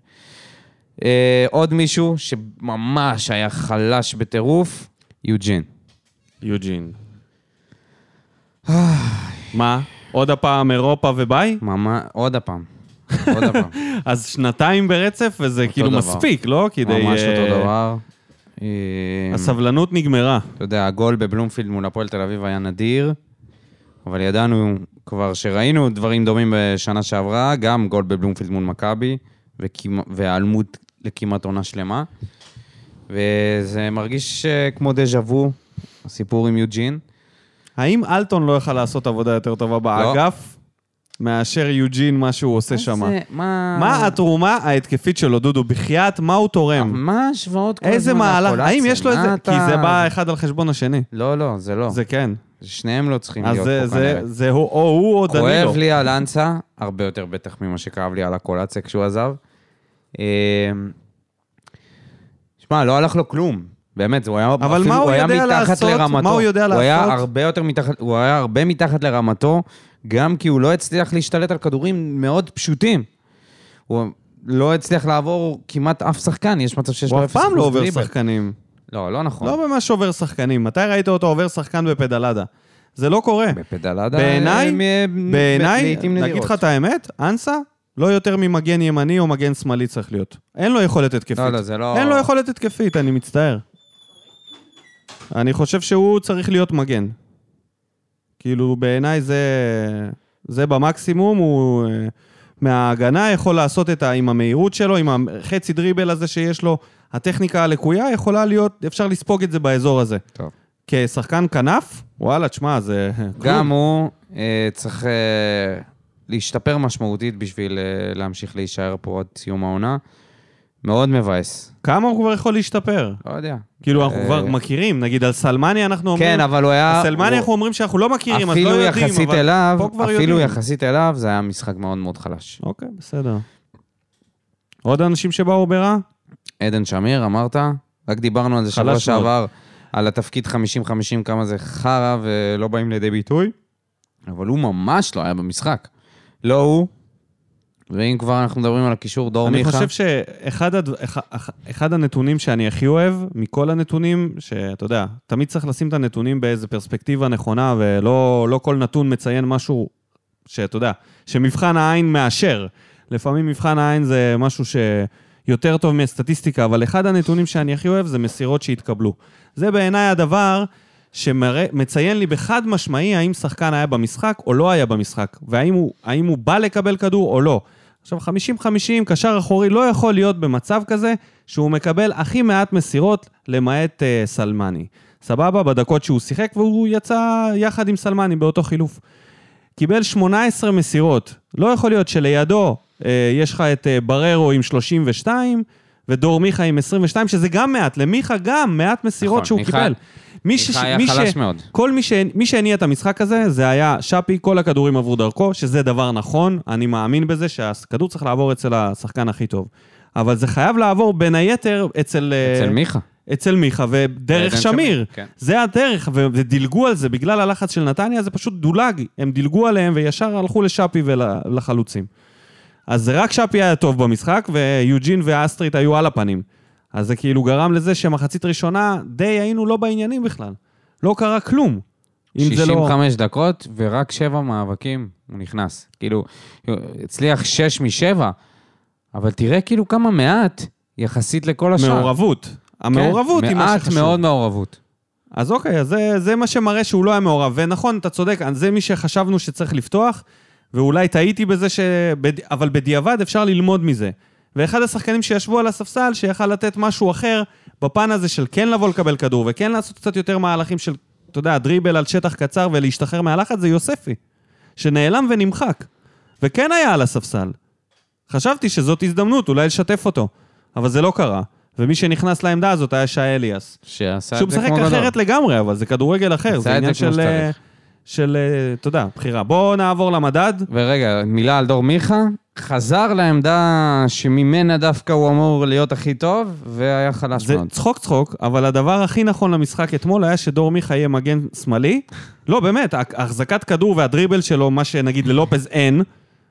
אה, עוד מישהו שממש היה חלש בטירוף, יוג'ין.
יוג'ין. מה? עוד הפעם אירופה וביי?
ממש, עוד הפעם. עוד הפעם.
אז שנתיים ברצף, וזה כאילו
דבר.
מספיק, לא? כדי...
ממש
אה,
אותו דבר. אה,
הסבלנות נגמרה.
אתה יודע, הגול בבלומפילד מול הפועל תל אביב היה נדיר, אבל ידענו כבר שראינו דברים דומים בשנה שעברה, גם גול בבלומפילד מול מכבי, וכימ- והיעלמות לכמעט עונה שלמה. וזה מרגיש אה, כמו דז'ה וו, הסיפור עם יוג'ין.
האם אלטון לא יכל לעשות עבודה יותר טובה
לא.
באגף מאשר יוג'ין, מה שהוא עושה שם?
מה זה- מה...
מה התרומה ההתקפית שלו, דודו? בחייאת, מה הוא תורם?
מה ההשוואות אה, כל הזמן?
איזה מהלך? האם
לקולציה?
יש לו
מה
איזה...
אתה-
כי זה בא אחד על חשבון השני.
לא, לא, זה לא.
זה כן.
שניהם לא צריכים
אז
להיות
זה-
פה
זה-
כנראה.
זה הוא או הוא או דנילו.
כואב לי על אנסה, הרבה יותר בטח ממה שכאב לי על הקולציה כשהוא עזב. אמ, שמע, לא הלך לו כלום. באמת, הוא היה
אבל מה הוא
היה
יודע
מתחת
לעשות?
לרמתו.
מה הוא יודע
הוא היה
לעשות?
הרבה יותר מתחת, הוא היה הרבה מתחת לרמתו, גם כי הוא לא הצליח להשתלט על כדורים מאוד פשוטים. הוא לא הצליח לעבור כמעט אף שחקן, יש מצב שיש
הוא
לו
אף
אפס
פעם לא
אחוז
עובר
דריבל.
שחקנים.
לא, לא נכון.
לא ממש עובר שחקנים. מתי ראית אותו עובר שחקן בפדלדה? זה לא קורה.
בפדלדה...
בעיניי,
הם- אה,
בעיניי,
לעיתים
נגיד
נדירות.
לך את האמת, אנסה לא יותר ממגן ימני או מגן שמאלי צריך להיות. אין לו יכולת התקפית.
לא, לא, זה לא-
אין לו יכולת התקפית, אני מצטער. אני חושב שהוא צריך להיות מגן. כאילו, בעיניי זה... זה במקסימום, הוא... אה, מההגנה יכול לעשות את ה... עם המהירות שלו, עם החצי דריבל הזה שיש לו, הטכניקה הלקויה יכולה להיות, אפשר לספוג את זה באזור הזה.
טוב.
כשחקן כנף, וואלה, תשמע, זה...
גם הוא אה, צריך אה, להשתפר משמעותית בשביל אה, להמשיך להישאר פה עד סיום העונה. מאוד מבאס.
כמה הוא כבר יכול להשתפר?
לא יודע.
כאילו, אנחנו
אה,
כבר מכירים, נגיד על סלמני אנחנו אומרים...
כן, אבל הוא היה...
סלמני
הוא-
אנחנו אומרים שאנחנו לא מכירים, אז לא
אפילו
יודעים,
יחסית
אבל
אליו,
פה כבר
אפילו
יודעים.
יחסית אליו, זה היה משחק מאוד מאוד חלש.
אוקיי, בסדר. עוד אנשים שבאו ברע?
עדן שמיר, אמרת? רק דיברנו על זה שבוע
חלש מאוד.
שעבר, על התפקיד 50-50, כמה זה חרא ולא באים לידי ביטוי, אבל הוא ממש לא היה במשחק. לא הוא, ואם כבר אנחנו מדברים על הקישור דור
אני
מיכה...
חושב שאחד הד... אח- אח- אחד הנתונים שאני הכי אוהב, מכל הנתונים, שאתה יודע, תמיד צריך לשים את הנתונים באיזו פרספקטיבה נכונה, ולא לא כל נתון מציין משהו שאתה יודע, שמבחן העין מאשר. לפעמים מבחן העין זה משהו שיותר טוב מהסטטיסטיקה, אבל אחד הנתונים שאני הכי אוהב זה מסירות שהתקבלו. זה בעיניי הדבר שמציין לי בחד משמעי האם שחקן היה במשחק או לא היה במשחק, והאם הוא, האם הוא בא לקבל כדור או לא. עכשיו, 50-50, קשר אחורי לא יכול להיות במצב כזה שהוא מקבל הכי מעט מסירות, למעט uh, סלמני. סבבה? בדקות שהוא שיחק, והוא יצא יחד עם סלמני באותו חילוף. קיבל 18 מסירות. לא יכול להיות שלידו אה, יש לך את אה, בררו עם 32, ודור מיכה עם 22, שזה גם מעט. למיכה גם מעט מסירות
נכון,
שהוא
מיכה-
קיבל. מי ש-
מיכה היה
מי
חלש מאוד.
כל מי, ש... מי שהניע את המשחק הזה, זה היה שפי, כל הכדורים עברו דרכו, שזה דבר נכון, אני מאמין בזה שהכדור צריך לעבור אצל השחקן הכי טוב. אבל זה חייב לעבור בין היתר אצל... אה,
אצל מיכה.
אצל מיכה ודרך
ועדן
שמיר.
שמיר, כן.
זה הדרך, ו- ודילגו על זה בגלל הלחץ של נתניה, זה פשוט דולג. הם דילגו עליהם וישר הלכו לשאפי ולחלוצים. אז רק שאפי היה טוב במשחק, ויוג'ין ואסטרית היו על הפנים. אז זה כאילו גרם לזה שמחצית ראשונה די היינו לא בעניינים בכלל. לא קרה כלום. אם זה לא...
65 דקות ורק שבע מאבקים, הוא נכנס. כאילו, הצליח שש משבע, אבל תראה כאילו כמה מעט יחסית לכל השאר.
מעורבות.
כן,
המעורבות היא מה
מעט
שחשוב.
מאוד מעורבות.
אז אוקיי, אז זה, זה מה שמראה שהוא לא היה מעורב. ונכון, אתה צודק, זה מי שחשבנו שצריך לפתוח, ואולי טעיתי בזה ש... בד... אבל בדיעבד אפשר ללמוד מזה. ואחד השחקנים שישבו על הספסל, שיכל לתת משהו אחר בפן הזה של כן לבוא לקבל כדור, וכן לעשות קצת יותר מהלכים של, אתה יודע, דריבל על שטח קצר ולהשתחרר מהלחץ, זה יוספי, שנעלם ונמחק. וכן היה על הספסל. חשבתי שזאת הזדמנות, אולי לשתף אותו. אבל זה לא קרה. ומי שנכנס לעמדה הזאת היה שי אליאס.
שעשה
שהוא
את זה כמו
משחק
גדול.
אחרת לגמרי, אבל זה כדורגל אחר,
עשה
זה
את
עניין
זה כמו
של, אה,
שצריך.
של, אה, אתה יודע, בחירה. בואו נעבור למדד.
ורגע, מילה על דור מיכה. חזר לעמדה שממנה דווקא הוא אמור להיות הכי טוב, והיה חלש
זה
מאוד.
צחוק צחוק, אבל הדבר הכי נכון למשחק אתמול היה שדור מיכה יהיה מגן שמאלי. לא, באמת, הה- החזקת כדור והדריבל שלו, מה שנגיד ללופז אין,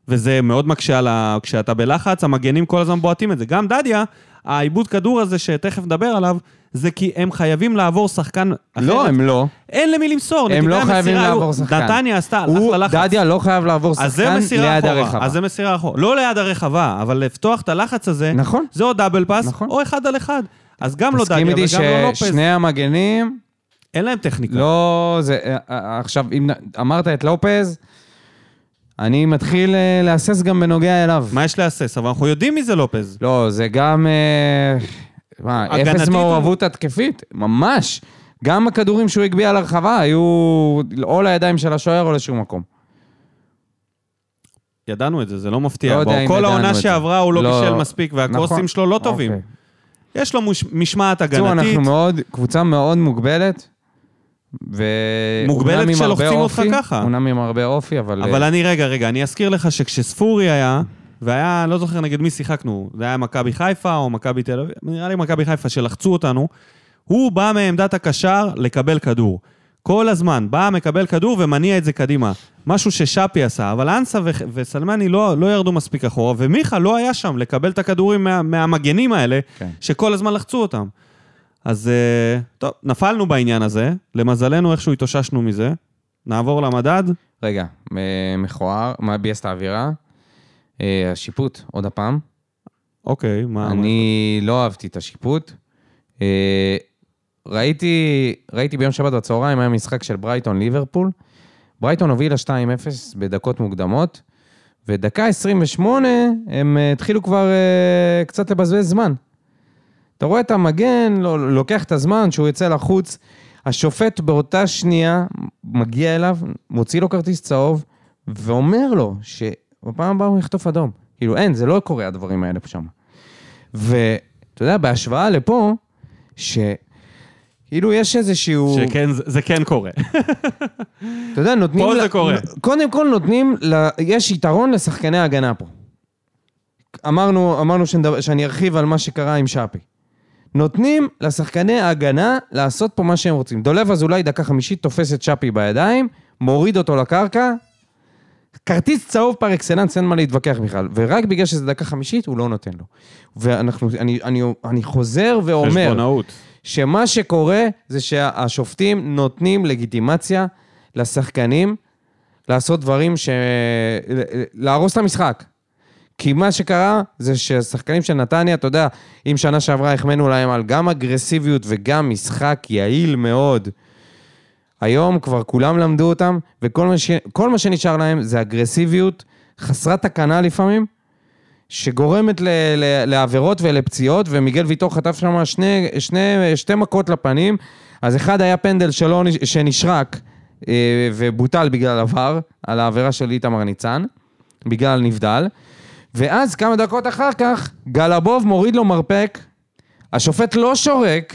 וזה מאוד מקשה על ה... כשאתה בלחץ, המגנים כל הזמן בועטים את זה. גם דדיה, העיבוד כדור הזה שתכף נדבר עליו, זה כי הם חייבים לעבור שחקן אחרת.
לא, הם לא.
אין למי למסור. נתיבי
הם לא
המסירה
חייבים
היו-
לעבור שחקן.
נתניה עשתה, הלך
הוא,
ללחץ.
דדיה לא חייב לעבור
אז זה
שחקן
מסירה
ליד
אחורה,
הרחבה.
אז זה מסירה אחורה. לא ליד הרחבה, אבל לפתוח את הלחץ הזה,
נכון.
זה או דאבל פאס,
נכון.
או אחד על אחד. אז גם לא דגיה
תסכים
וגם
איתי
לא לופס,
ששני המגנים,
אין להם טכניקה.
לא, זה... אה, אה, עכשיו, אם נ- אמרת את לופז, אני מתחיל אה, להסס גם בנוגע אליו.
מה יש להסס? אבל אנחנו יודעים מי זה לופז.
לא, זה גם... אה, מה,
הגנתית
אפס מעורבות התקפית, ממש. גם הכדורים שהוא הגביה לרחבה היו או לידיים של השוער או לשום מקום.
ידענו את זה, זה לא
לא
מפתיע.
יודע
בוא,
אם
כל
ידענו
העונה
את זה.
שעברה הוא לא
לא,
בישל מספיק, והקרוסים
נכון.
שלו לא טובים.
אוקיי.
יש לו מוש- משמעת
בקיצור,
הגנתית,
אנחנו מאוד, קבוצה מאוד מוגבלת. ו...
מוגבלת
אומנם עם
כשלוחצים
הרבה
אותך
אופי,
ככה.
אומנם עם הרבה אופי, אבל... אה,
אבל אני, רגע, רגע, אני אזכיר לך שכשספורי היה, והיה, לא זוכר נגד מי שיחקנו, זה היה מכבי חיפה או מכבי תל אביב, נראה לי מכבי חיפה שלחצו אותנו, הוא בא מעמדת הקשר לקבל כדור. כל הזמן, בא, מקבל כדור ומניע את זה קדימה. משהו ששאפי עשה, אבל אנסה ו- וסלמני לא, לא ירדו מספיק אחורה, ומיכה לא היה שם לקבל את הכדורים מה, מהמגנים האלה,
כן.
שכל הזמן לחצו אותם. אז אה, טוב, נפלנו בעניין הזה, למזלנו איכשהו התאוששנו מזה. נעבור למדד.
רגע, אה, מכוער, מביאס את האווירה. אה, השיפוט, עוד הפעם.
אוקיי, מה...
אני לא אהבתי את השיפוט. אה, ראיתי, ראיתי ביום שבת בצהריים, היה משחק של ברייטון ליברפול. ברייטון הובילה 2-0 בדקות מוקדמות, ודקה 28 הם אה, התחילו כבר אה, קצת לבזבז זמן. אתה רואה את המגן, לא- לוקח את הזמן שהוא יצא לחוץ. השופט באותה שנייה מגיע אליו, מוציא לו כרטיס צהוב, ואומר לו שבפעם הבאה הוא יחטוף אדום. כאילו, אין, זה לא קורה הדברים האלה שם. ואתה יודע, בהשוואה לפה, שכאילו יש איזשהו...
שכן, זה- זה כן קורה.
אתה יודע, נותנים...
פה זה קורה.
קודם כל נותנים, ל... יש יתרון לשחקני ההגנה פה. אמרנו, אמרנו שנדבר, שאני ארחיב על מה שקרה עם שפי. נותנים לשחקני ההגנה לעשות פה מה שהם רוצים. דולב אזולאי, דקה חמישית, תופס את שפי בידיים, מוריד אותו לקרקע. כרטיס צהוב פר אקסלנס, אין מה להתווכח בכלל. ורק בגלל שזה דקה חמישית, הוא לא נותן לו. ואנחנו, אני, אני, אני חוזר ואומר,
חשבונאות.
שמה שקורה זה שהשופטים נותנים לגיטימציה לשחקנים לעשות דברים ש... להרוס את המשחק. כי מה שקרה זה שהשחקנים של נתניה, אתה יודע, אם שנה שעברה החמאנו להם על גם אגרסיביות וגם משחק יעיל מאוד, היום כבר כולם למדו אותם, וכל מה, ש... כל מה שנשאר להם זה אגרסיביות חסרת תקנה לפעמים, שגורמת ל... ל... לעבירות ולפציעות, ומיגל ויטור חטף שם שני... שני... שתי מכות לפנים, אז אחד היה פנדל שלו נש- שנשרק אה, ובוטל בגלל עבר, על העבירה של איתמר ניצן, בגלל נבדל, ואז כמה דקות אחר כך, גלבוב מוריד לו מרפק, השופט לא שורק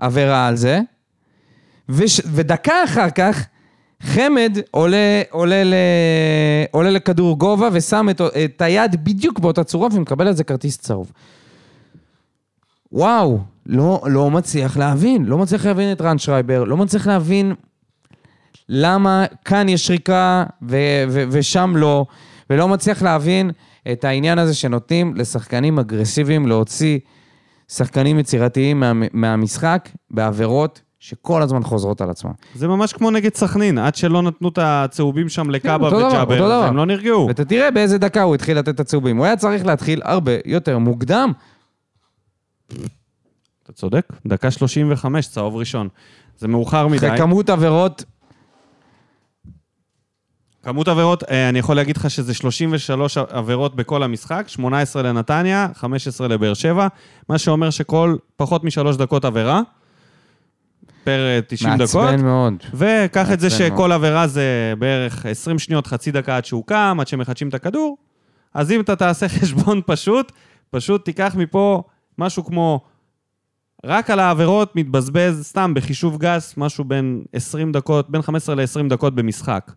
עבירה על זה, וש... ודקה אחר כך, חמד עולה, עולה, ל... עולה לכדור גובה ושם את, את היד בדיוק באותה צורה ומקבל על זה כרטיס צהוב. וואו, לא, לא מצליח להבין. לא מצליח להבין את רן שרייבר, לא מצליח להבין למה כאן יש שריקה ו- ו- ושם לא, ולא מצליח להבין את העניין הזה שנותנים לשחקנים אגרסיביים להוציא שחקנים יצירתיים מה- מהמשחק בעבירות שכל הזמן חוזרות על עצמן.
זה ממש כמו נגד סכנין, עד שלא נתנו את הצהובים שם לקאבה
אותו דבר, אותו
וג'אבר,
דבר.
אז הם לא נרגעו.
ואתה תראה באיזה דקה הוא התחיל לתת את הצהובים. הוא היה צריך להתחיל הרבה יותר מוקדם.
אתה צודק, דקה 35, צהוב ראשון. זה מאוחר מדי.
אחרי כמות עבירות,
כמות עבירות, אה, אני יכול להגיד לך שזה 33 עבירות בכל המשחק, 18 לנתניה, 15 לבאר שבע, מה שאומר שכל פחות משלוש דקות עבירה, פר אה, 90 דקות.
מעצבן מאוד.
וקח את זה
מעצבן
שכל עבירה זה בערך 20 שניות, חצי דקה עד שהוא קם, עד שמחדשים את הכדור. אז אם אתה תעשה חשבון פשוט, פשוט תיקח מפה משהו כמו, רק על העבירות מתבזבז, סתם בחישוב גס, משהו בין 20 דקות, בין 15 ל-20 דקות במשחק.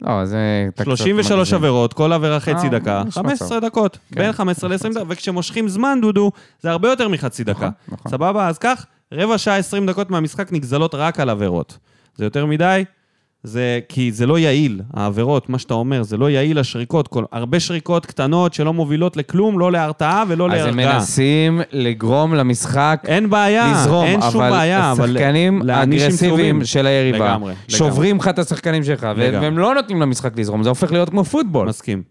לא, זה... אתה קצת
33
מגזים.
עבירות, כל עבירה חצי
אה,
דקה,
יש מצב.
15 דקות,
כן.
בין 15 ל-20 דקות, וכשמושכים זמן, דודו, זה הרבה יותר מחצי דקה.
נכון.
סבבה? אז כך, רבע שעה, 20 דקות מהמשחק נגזלות רק על עבירות. זה יותר מדי, זה כי זה לא יעיל, העבירות, מה שאתה אומר, זה לא יעיל השריקות, כל, הרבה שריקות קטנות שלא מובילות לכלום, לא להרתעה ולא
אז הם
להרגעה.
מנסים לגרום למשחק
אין בעיה,
לזרום,
אין שום
אבל
בעיה, אבל...
השחקנים
להעניש עם
האגרסיביים
צהובים.
של היריבה,
לגמרי, לגמרי.
שוברים לך את השחקנים שלך, ו-
לגמרי.
והם לא נותנים למשחק לזרום, זה הופך להיות כמו פוטבול.
מסכים.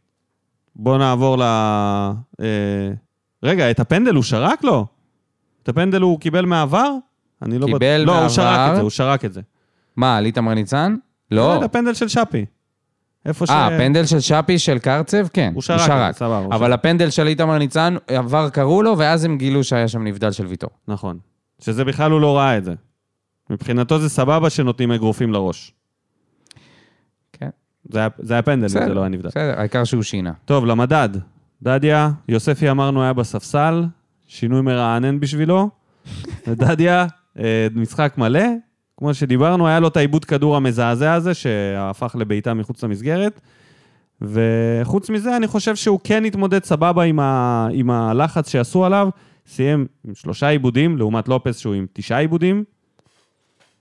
בוא נעבור ל... אה, רגע, את הפנדל הוא שרק לו? את הפנדל הוא קיבל מהעבר? אני לא... בט-
קיבל
לא, הוא שרק
מהעבר.
את זה, הוא שרק את זה.
מה, על איתמר ניצן? לא.
כן, הפנדל של שפי. איפה ש...
אה, הפנדל של שפי, של קרצב? כן,
הוא שרק, סבבה, הוא
אבל הפנדל של איתמר ניצן, עבר קראו לו, ואז הם גילו שהיה שם נבדל של ויטור.
נכון. שזה בכלל הוא לא ראה את זה. מבחינתו זה סבבה שנותנים אגרופים לראש.
כן.
זה היה- זה היה פנדל,
בסדר,
זה לא היה נבדל.
בסדר, העיקר שהוא שינה.
טוב, למדד. דדיה, יוספי אמרנו היה בספסל, שינוי מרענן בשבילו. ודדיה, אה, משחק מלא. כמו שדיברנו, היה לו את העיבוד כדור המזעזע הזה, שהפך לבעיטה מחוץ למסגרת. וחוץ מזה, אני חושב שהוא כן התמודד סבבה עם, ה... עם הלחץ שעשו עליו. סיים עם שלושה עיבודים, לעומת לופס שהוא עם תשעה עיבודים.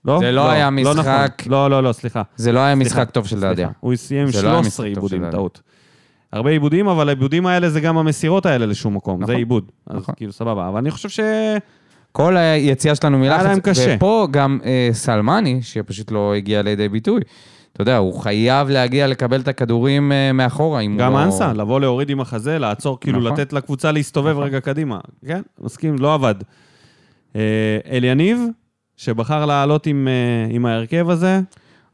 לא?
זה לא היה
לא, נכון.
משחק-
לא, לא, לא, סליחה.
זה לא היה
סליחה,
משחק טוב של דדיה.
סליחה, הוא סיים
זה לא היה
13
משחק טוב של
עיבודים,
דדיה.
טעות. הרבה עיבודים, אבל העיבודים האלה זה גם המסירות האלה לשום מקום, זה
נכון,
עיבוד. אז
נכון.
כאילו, סבבה. אבל אני חושב ש...
כל היציאה שלנו
היה להם
מלחץ,
קשה.
ופה גם אה, סלמני, שפשוט לא הגיע לידי ביטוי. אתה יודע, הוא חייב להגיע לקבל את הכדורים אה, מאחורה, אם הוא לא...
גם אנסה, לבוא להוריד עם החזה, לעצור, כאילו
נכון.
לתת לקבוצה להסתובב רגע קדימה. כן, מסכים, לא עבד. אה, אליניב, שבחר לעלות עם, אה, עם ההרכב הזה,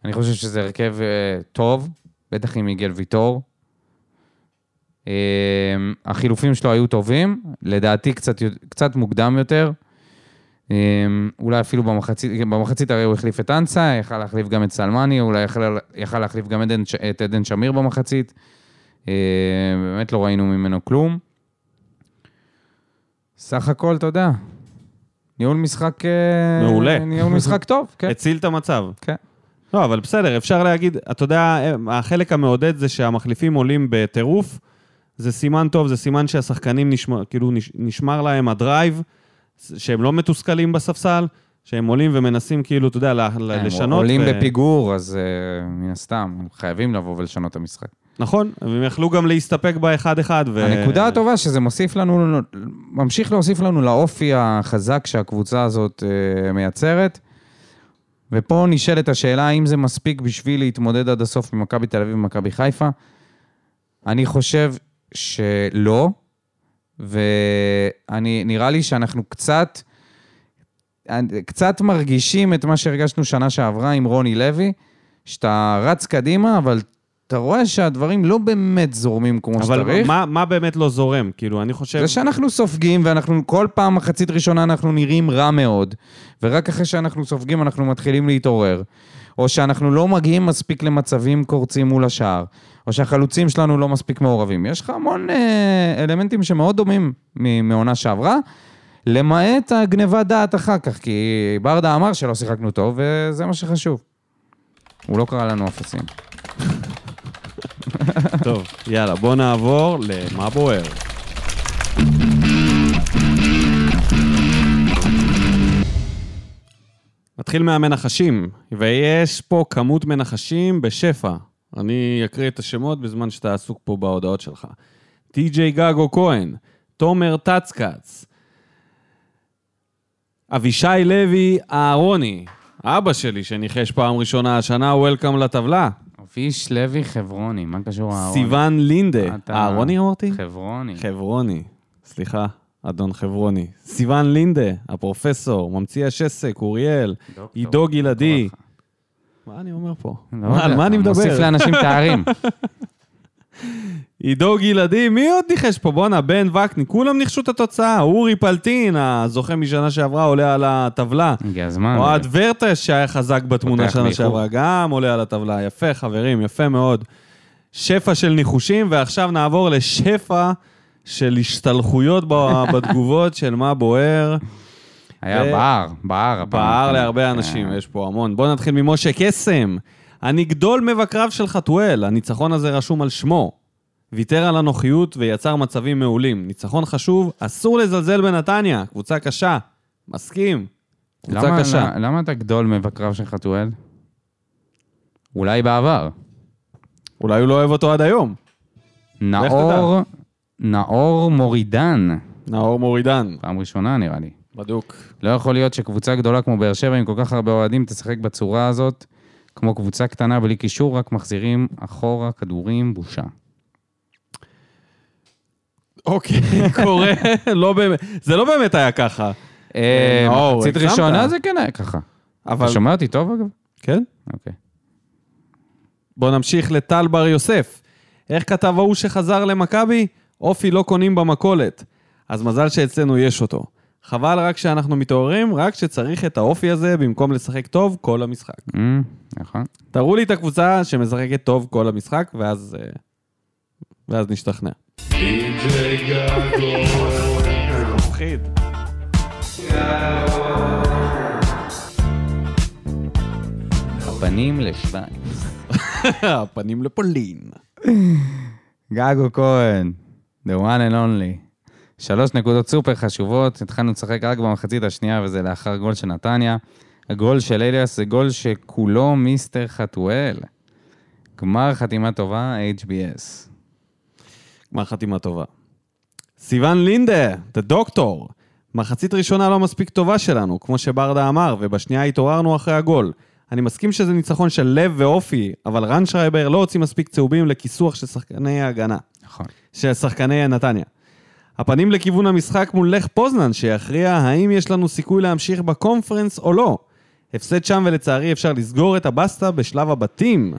אני חושב שזה הרכב אה, טוב, בטח עם מיגל ויטור. אה, החילופים שלו היו טובים, לדעתי קצת, יו- קצת מוקדם יותר. אה, אולי אפילו במחצית, במחצית הרי הוא החליף את אנסה, יכל להחליף גם את סלמני, אולי יכל, יכל להחליף גם עדן, ש- את עדן שמיר במחצית. אה, באמת לא ראינו ממנו כלום. סך הכל, אתה יודע, ניהול משחק... אה,
מעולה.
ניהול משחק טוב, כן.
הציל את המצב.
כן.
לא, אבל בסדר, אפשר להגיד, אתה יודע, החלק המעודד זה שהמחליפים עולים בטירוף, זה סימן טוב, זה סימן שהשחקנים נשמר, כאילו נש- נשמר להם הדרייב, שהם לא מתוסכלים בספסל, שהם עולים ומנסים כאילו, אתה יודע, ל- ל-
כן,
לשנות.
עולים
ו-
בפיגור, אז אה, מן הסתם, הם חייבים לבוא ולשנות את המשחק.
נכון, והם יכלו גם להסתפק באחד-אחד. ו-
הנקודה הטובה שזה מוסיף לנו, ממשיך להוסיף לנו לאופי החזק שהקבוצה הזאת אה, מייצרת. ופה נשאלת השאלה האם זה מספיק בשביל להתמודד עד הסוף עם מכבי תל אביב ומכבי חיפה. אני חושב שלא, ונראה לי שאנחנו קצת, קצת מרגישים את מה שהרגשנו שנה שעברה עם רוני לוי, שאתה רץ קדימה, אבל אתה רואה שהדברים לא באמת זורמים כמו שצריך.
אבל מה, מה באמת לא זורם? כאילו, אני חושב...
זה שאנחנו סופגים, ואנחנו כל פעם מחצית ראשונה אנחנו נראים רע מאוד, ורק אחרי שאנחנו סופגים אנחנו מתחילים להתעורר, או שאנחנו לא מגיעים מספיק למצבים קורצים מול השער, או שהחלוצים שלנו לא מספיק מעורבים. יש לך המון אה, אלמנטים שמאוד דומים מ- מעונה שעברה, למעט הגניבת דעת אחר כך, כי ברדה אמר שלא שיחקנו טוב, וזה מה שחשוב. הוא לא קרא לנו אפסים.
טוב, יאללה, בוא נעבור למה בוער. נתחיל מהמנחשים, ויש פה כמות מנחשים בשפע. אני אקריא את השמות בזמן שאתה עסוק פה בהודעות שלך. טי.ג'יי גגו כהן, תומר טצקץ, אבישי לוי אהרוני, אבא שלי שניחש פעם ראשונה השנה, וולקאם לטבלה.
אביש לוי חברוני, מה קשור אהרון?
סיון לינדה.
אתה-
אהרוני אמרתי?
חברוני.
חברוני. סליחה, אדון חברוני. סיון לינדה, הפרופסור, ממציא השסק, אוריאל,
דוקטור,
עידו גלעדי.
בטוח.
מה אני אומר פה?
לא
מה- על
יודע,
מה אני מדבר?
מוסיף לאנשים תארים.
עידו גלעדי, מי עוד ניחש פה? בואנה, בן וקנין, כולם ניחשו את התוצאה. אורי פלטין, הזוכה משנה שעברה, עולה על הטבלה.
הגיע הזמן.
אוהד ורטש, שהיה חזק בתמונה
אה, פותח
שנה
באיחור.
שעברה, גם עולה על הטבלה. יפה, חברים, יפה מאוד. שפע של ניחושים, ועכשיו נעבור לשפע של השתלחויות ב- בתגובות של מה בוער.
היה
ו-
בער, בער. הפעם.
אה,
אה,
בער
כן.
להרבה אנשים, יש פה המון. בואו נתחיל ממשה קסם. אני גדול מבקריו של חתואל, הניצחון הזה רשום על שמו. ויתר על הנוחיות ויצר מצבים מעולים. ניצחון חשוב, אסור לזלזל בנתניה. קבוצה קשה. מסכים. קבוצה
למה-
קשה.
למה אתה גדול מבקריו של חתואל? אולי בעבר.
אולי הוא לא אוהב אותו עד היום.
נאור, נאור מורידן.
נאור מורידן.
פעם ראשונה נראה לי.
בדוק.
לא יכול להיות שקבוצה גדולה כמו באר שבע עם כל כך הרבה אוהדים תשחק בצורה הזאת, כמו קבוצה קטנה בלי קישור, רק מחזירים אחורה כדורים, בושה.
אוקיי, קורה. לא באמת, זה לא באמת היה ככה.
אה,
נאור,
מחצית
הגזמת.
ראשונה זה כן היה ככה.
אבל...
אתה שומע אותי טוב אגב?
כן?
אוקיי.
בואו נמשיך לטל בר יוסף. איך כתב ההוא שחזר למכבי? אופי לא קונים במכולת. אז מזל שאצלנו יש אותו. חבל רק שאנחנו מתעוררים, רק שצריך את האופי הזה במקום לשחק טוב כל המשחק.
אמ, נכון.
תראו לי את הקבוצה שמשחקת טוב כל המשחק, ואז, אה, ואז נשתכנע. מפחיד.
הפנים לשווייץ.
הפנים לפולין.
גגו כהן, the one and only. שלוש נקודות סופר חשובות, התחלנו לשחק רק במחצית השנייה וזה לאחר גול של נתניה. הגול של אליאס זה גול שכולו מיסטר חתואל. גמר חתימה טובה, HBS.
גמר חתימה טובה. סיון לינדה, דה דוקטור. מחצית ראשונה לא מספיק טובה שלנו, כמו שברדה אמר, ובשנייה התעוררנו אחרי הגול. אני מסכים שזה ניצחון של לב ואופי, אבל רן שרייבר לא הוציא מספיק צהובים לכיסוח של שחקני ההגנה,
נכון.
של שחקני נתניה. הפנים לכיוון המשחק מול לך פוזנן, שיכריע האם יש לנו סיכוי להמשיך בקונפרנס או לא. הפסד שם ולצערי אפשר לסגור את הבסטה בשלב הבתים.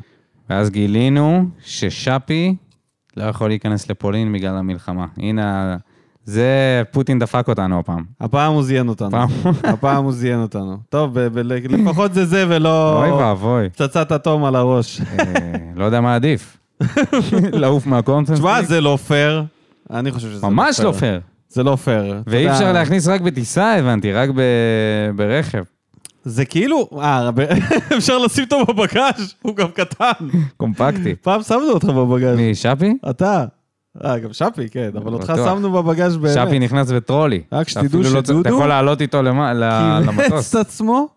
ואז גילינו ששאפי לא יכול להיכנס לפולין בגלל המלחמה. הנה, זה פוטין דפק אותנו הפעם.
הפעם הוא זיין אותנו.
פעם.
הפעם הוא זיין אותנו. טוב, ב- ב- לפחות זה זה ולא
אוי ואבוי.
פצצת אטום על הראש.
אה, לא יודע מה עדיף. לעוף מהקונפרנס?
תשמע,
ליג?
זה לא פייר. אני חושב שזה
ממש לא פייר.
זה לא פייר. אתה
ואי
יודע,
אפשר להכניס רק בטיסה, הבנתי, רק ב... ברכב.
זה כאילו... אה, רב- אפשר לשים אותו בבגאז', הוא גם קטן.
קומפקטי.
פעם שמנו אותך בבגאז'.
מי, שפי?
אתה. אה, גם שפי, כן, אבל אותך
בטוח.
שמנו בבגאז' באמת.
שפי נכנס בטרולי.
רק
אתה
שתדעו
אפילו לא צריך-
שדודו-
אתה יכול לעלות איתו למ- ל-
קיבץ
למטוס.
את עצמו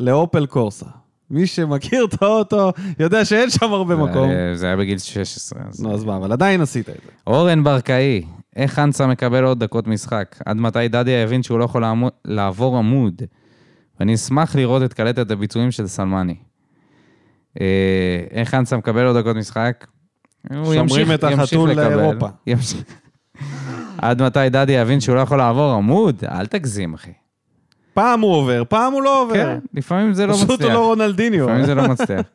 לאופל קורסה. מי שמכיר את האוטו יודע שאין שם הרבה מקום.
אה, זה היה בגיל 16. אז-
נו, אז מה, אבל עדיין עשית את זה.
אורן ברקאי, איך חנסה מקבל עוד דקות משחק? עד מתי דדיה יבין שהוא לא יכול לעמו- לעבור עמוד? ואני אשמח לראות את קלטת הביצועים של סלמני. אה, איך חנסה מקבל עוד דקות משחק? הוא
שומרים
ימשיך-
את
ימשיך
החתול
לקבל.
לאירופה.
ימשיך. עד מתי דדיה יבין שהוא לא יכול לעבור עמוד? אל תגזים, אחי.
פעם הוא עובר, פעם הוא לא עובר.
כן, לפעמים זה לא מצליח.
פשוט הוא לא רונלדיניו.
לפעמים זה לא מצליח.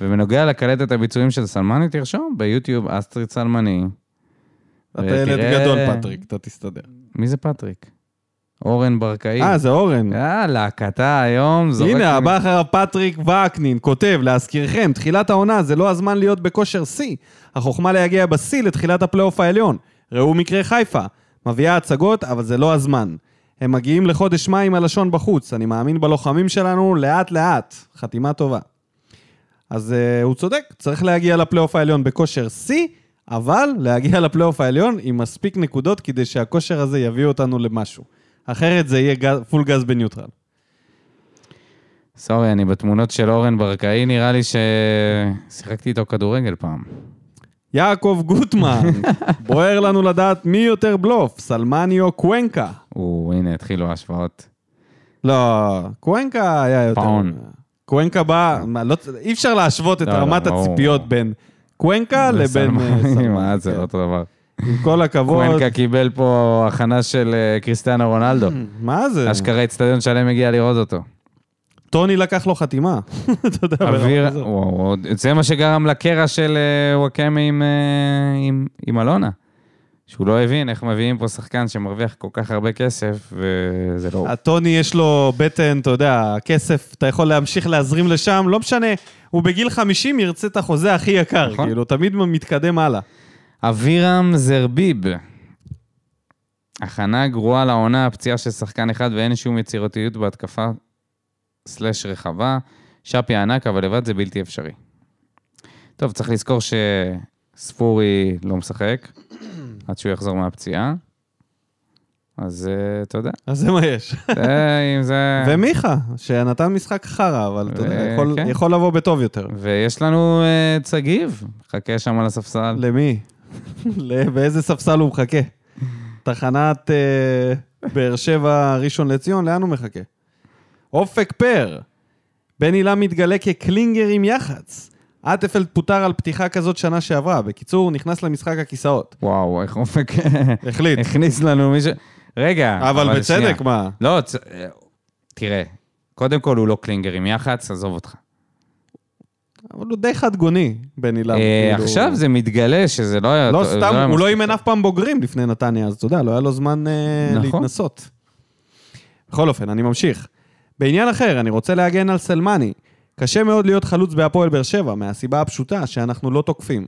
ובנוגע לקלטת הביצועים של סלמני, תרשום ביוטיוב אסטריד סלמני.
אתה ילד
ותראה-
גדול, פטריק, אתה תסתדר.
מי זה פטריק? אורן ברקאי.
אה, זה אורן.
יאללה, קטע היום, זורק...
הנה,
לי-
הבא אחריו פטריק וקנין, כותב, להזכירכם, תחילת העונה זה לא הזמן להיות בכושר שיא. החוכמה להגיע בשיא לתחילת הפלייאוף העליון. ראו מקרה חיפה. מביאה הצגות, אבל זה לא הזמן. הם מגיעים לחודש מאי עם הלשון בחוץ. אני מאמין בלוחמים שלנו לאט-לאט. חתימה טובה. אז uh, הוא צודק, צריך להגיע לפלייאוף העליון בכושר שיא, אבל להגיע לפלייאוף העליון עם מספיק נקודות כדי שהכושר הזה יביא אותנו למשהו. אחרת זה יהיה גז, פול גז בניוטרל.
סורי, אני בתמונות של אורן ברקאי, נראה לי ששיחקתי איתו כדורגל פעם.
יעקב גוטמן, בוער לנו לדעת מי יותר בלוף, סלמני או קוונקה.
או, הנה, התחילו ההשוואות.
לא, קוונקה היה יותר...
פאון.
קוונקה בא, מה, לא, אי אפשר להשוות את
לא, לא,
רמת
ברור.
הציפיות בין קוונקה לבין... אה,
וסלמני,
סלמן,
מה זה
כן.
לא אותו דבר.
עם כל הכבוד,
קוונקה קיבל פה הכנה של אה, קריסטיאנו רונלדו.
מה אה, זה?
אשכרה אצטדיון שלם הגיע לראות אותו.
טוני לקח לו חתימה. אתה יודע, ברמה
אוויר,
כזאת.
וואו, וואו, זה מה שגרם לקרע של אה, וואקמה עם, אה, עם, עם אלונה. שהוא לא הבין איך מביאים פה שחקן שמרוויח כל כך הרבה כסף, וזה לא... הוא.
הטוני יש לו בטן, אתה יודע, כסף, אתה יכול להמשיך להזרים לשם, לא משנה. הוא בגיל 50 ירצה את החוזה הכי יקר,
נכון.
כאילו, תמיד מתקדם הלאה.
אבירם זרביב. הכנה גרועה לעונה, פציעה של שחקן אחד ואין שום יצירתיות בהתקפה סלש רחבה. שפי ענק, אבל לבד זה בלתי אפשרי. טוב, צריך לזכור שספורי לא משחק עד שהוא יחזור מהפציעה. אז אה, אתה יודע,
אז זה מה יש.
זה, אם זה...
ומיכה, שנתן משחק חרא, אבל אתה יודע,
אה,
יכול-
כן.
יכול לבוא בטוב יותר.
ויש לנו אה, צגיב, חכה שם על הספסל.
למי? ל- באיזה ספסל הוא מחכה? תחנת אה, באר שבע, ראשון לציון, לאן הוא מחכה? אופק פר. בן הילה מתגלה כקלינגר עם יח"צ. אטפלד פוטר על פתיחה כזאת שנה שעברה. בקיצור, הוא נכנס למשחק הכיסאות.
וואו, איך אופק
החליט.
הכניס לנו מישהו... רגע,
אבל
אה, שנייה.
בצדק, מה?
לא, צ... תראה, קודם כל הוא לא קלינגר עם יח"צ, עזוב אותך.
אבל הוא די חד גוני, בן הילה.
אה,
כאילו.
עכשיו זה מתגלה שזה לא היה...
לא
טוב, זה
סתם,
היה
הוא לא
מספיק.
אימן אף פעם בוגרים לפני נתניה, אז אתה יודע, לא היה לו זמן אה,
נכון.
להתנסות. בכל אופן, אני ממשיך. בעניין אחר, אני רוצה להגן על סלמני. קשה מאוד להיות חלוץ בהפועל באר שבע, מהסיבה הפשוטה שאנחנו לא תוקפים.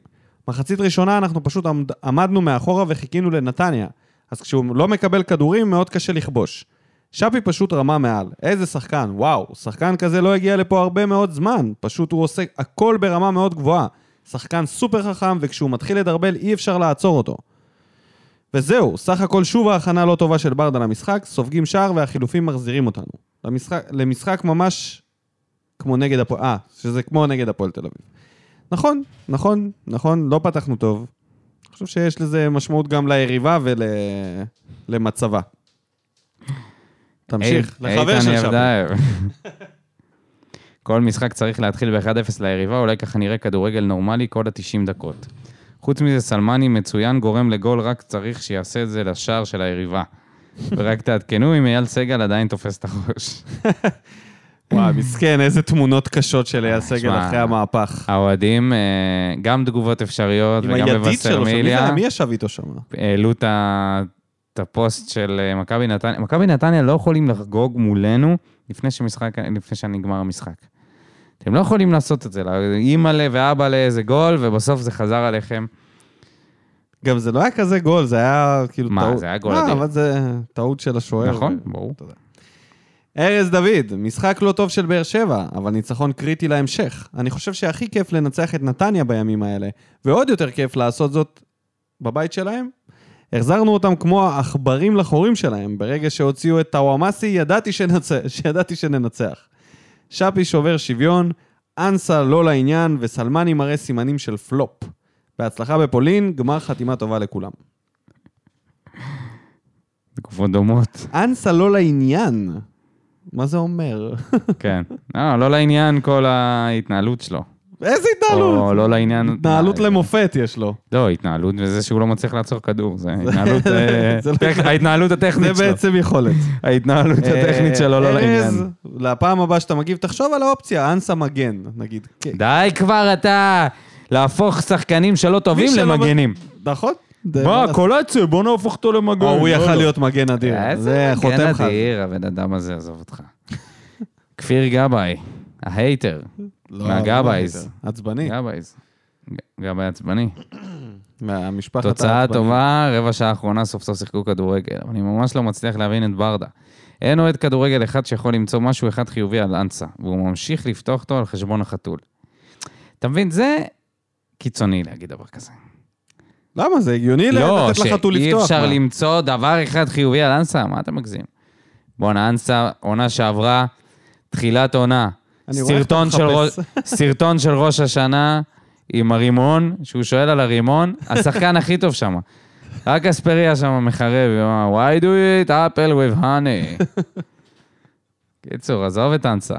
מחצית ראשונה אנחנו פשוט עמד, עמדנו מאחורה וחיכינו לנתניה, אז כשהוא לא מקבל כדורים, מאוד קשה לכבוש. שפי פשוט רמה מעל. איזה שחקן, וואו. שחקן כזה לא הגיע לפה הרבה מאוד זמן. פשוט הוא עושה הכל ברמה מאוד גבוהה. שחקן סופר חכם, וכשהוא מתחיל לדרבל אי אפשר לעצור אותו. וזהו, סך הכל שוב ההכנה לא טובה של ברדה למשחק, סופגים שער והחילופים מחזירים אותנו. למשחק, למשחק ממש כמו נגד הפועל... אה, שזה כמו נגד הפועל תל אביב. נכון, נכון, נכון, לא פתחנו טוב. אני חושב שיש לזה משמעות גם ליריבה ולמצבה. תמשיך,
אי-
לחבר
איתן
של שפי.
יבדאיו. כל משחק צריך להתחיל ב-1-0 ליריבה, אולי ככה נראה כדורגל נורמלי כל ה-90 דקות. חוץ מזה, סלמני מצוין, גורם לגול, רק צריך שיעשה את זה לשער של היריבה. ורק תעדכנו אם אייל סגל עדיין תופס את הראש.
וואי, מסכן, איזה תמונות קשות של אייל סגל
שמע,
אחרי המהפך.
האוהדים, אה, גם תגובות אפשריות
עם
וגם
הידית
בבשר
שלו, שם, מי
מיליה,
זה- מי ישב איתו שם?
העלו את ה- את הפוסט של אה, מכבי נתניה. מכבי נתניה לא יכולים לחגוג מולנו לפני, שמשחק, לפני שנגמר המשחק. אתם לא יכולים לעשות את זה, אימא'לה ואבא'לה איזה גול, ובסוף זה חזר עליכם.
גם זה לא היה כזה גול, זה היה כאילו
מה,
טעות.
זה היה גול
מה,
אדיר.
אבל זה טעות של השוער.
נכון? ברור.
ארז דוד, משחק לא טוב של באר שבע, אבל ניצחון קריטי להמשך. אני חושב שהכי כיף לנצח את נתניה בימים האלה, ועוד יותר כיף לעשות זאת בבית שלהם. החזרנו אותם כמו העכברים לחורים שלהם. ברגע שהוציאו את טוואמאסי, ידעתי, שנצ... שידעתי שננצח. שפי שובר שוויון, אנסה לא לעניין, וסלמני מראה סימנים של פלופ. בהצלחה בפולין, גמר חתימה טובה לכולם.
תגובות דומות,
אנסה לא לעניין. מה זה אומר?
כן. לא, לא לעניין כל ההתנהלות שלו.
איזה
או
התנהלות?
לא לעניין...
התנהלות למופת יש לו.
לא, התנהלות, וזה שהוא לא מצליח לעצור כדור, זה התנהלות... אה,
זה לא
טכ- ההתנהלות
זה
הטכנית שלו.
בעצם יכולת.
ההתנהלות הטכנית שלו לא
אה,
לעניין.
ארז, לפעם הבאה שאתה מגיב, תחשוב על האופציה, אנסה מגן, נגיד. כן.
די כבר אתה להפוך שחקנים שלא טובים
מי שלא
למגנים.
נכון? זה
מה,
לעשות.
קולציה, בוא נהפוך אותו למגן.
או, הוא
לא
יכל
יודע.
להיות מגן אדיר. זה חותם לך.
איזה מגן אה, כן, אדיר, הבן אדם הזה, עזוב אותך. כפיר גבאי, ההייטר.
לא,
מהגבייז.
לא יותר. עצבני.
גבאיז. ג- גבאי עצבני.
מהמשפחת
תוצאה
העצבני.
טובה, רבע שעה האחרונה סוף סוף שיחקו כדורגל. אבל אני ממש לא מצליח להבין את ברדה. אין אוהד כדורגל אחד שיכול למצוא משהו אחד חיובי על אנסה, והוא ממשיך לפתוח אותו על חשבון החתול. אתה מבין, זה קיצוני להגיד דבר כזה.
למה? זה הגיוני
לא,
לתת לחתול
שאי
לפתוח.
אפשר
מה?
למצוא דבר אחד חיובי על אנסה, מה אתה מגזים? בואנה, אנסה, עונה שעברה, תחילת עונה.
אני רואה איך אתה
סרטון של,
מחפש.
ראש, סרטון של ראש השנה עם הרימון, שהוא שואל על הרימון, השחקן הכי טוב שם. רק אספריה שם מחרב, הוא אמר, why do you eat apple with honey? קיצור, עזוב את אנסה.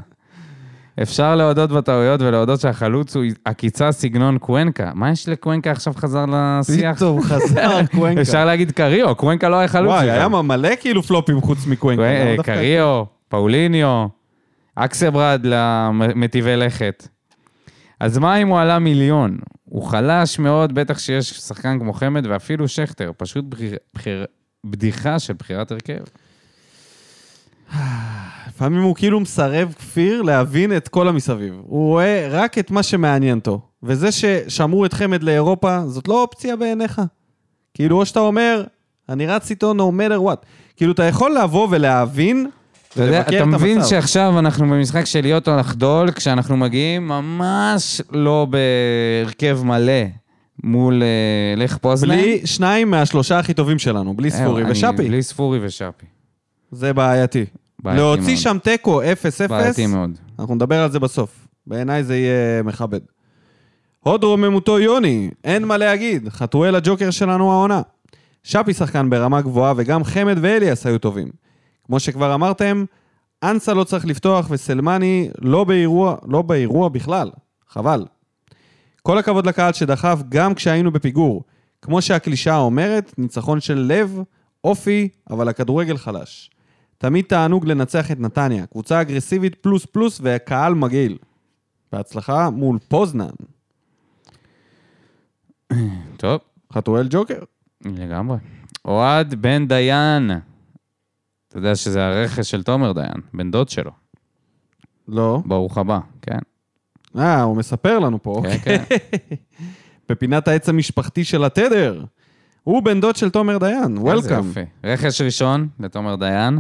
אפשר להודות בטעויות ולהודות שהחלוץ הוא עקיצה סגנון קוונקה. מה יש לקוונקה עכשיו חזר לשיח?
פתאום חזר קוונקה.
אפשר להגיד קריו, קוונקה לא היה חלוץ.
וואי,
שלו.
היה מלא כאילו פלופים חוץ מקווינקה.
אה,
למה דווקא-
קריו, פאוליניו, אקסברד למטיבי לכת. אז מה אם הוא עלה מיליון? הוא חלש מאוד, בטח שיש שחקן כמו חמד ואפילו שכטר, פשוט בחיר, בחיר, בדיחה של בחירת הרכב.
לפעמים הוא כאילו מסרב כפיר להבין את כל המסביב. הוא רואה רק את מה שמעניין אותו. וזה ששמרו את חמד לאירופה, זאת לא אופציה בעיניך. כאילו, או שאתה אומר, אני רץ איתו no matter what. כאילו, אתה יכול לבוא ולהבין,
אתה יודע,
לבקר את
אתה מבין
המצב.
שעכשיו אנחנו במשחק של להיות או לחדול, כשאנחנו מגיעים ממש לא בהרכב מלא מול אה, לך פוזנן.
בלי שניים מהשלושה הכי טובים שלנו, בלי
אה,
ספורי
אני-
ושאפי.
בלי ספורי ושאפי.
זה בעייתי.
בעייתי
להוציא
מאוד.
שם תיקו 0-0,
בעייתי מאוד.
אנחנו נדבר על זה בסוף. בעיניי זה יהיה מכבד. הוד רוממותו יוני, אין מה להגיד, חתואל הג'וקר שלנו העונה. שפי שחקן ברמה גבוהה וגם חמד ואליאס היו טובים. כמו שכבר אמרתם, אנסה לא צריך לפתוח וסלמני לא באירוע, לא באירוע בכלל, חבל. כל הכבוד לקהל שדחף גם כשהיינו בפיגור. כמו שהקלישאה אומרת, ניצחון של לב, אופי, אבל הכדורגל חלש. תמיד תענוג לנצח את נתניה, קבוצה אגרסיבית פלוס פלוס והקהל מגעיל. בהצלחה מול פוזנן.
טוב.
חתואל ג'וקר.
לגמרי. אוהד בן דיין. אתה יודע שזה הרכש של תומר דיין, בן דוד שלו.
לא.
ברוך הבא, כן.
אה, הוא מספר לנו פה.
כן, כן.
בפינת העץ המשפחתי של התדר. הוא בן דוד של תומר דיין,
איזה
וולקאם.
יופי. רכש ראשון לתומר דיין.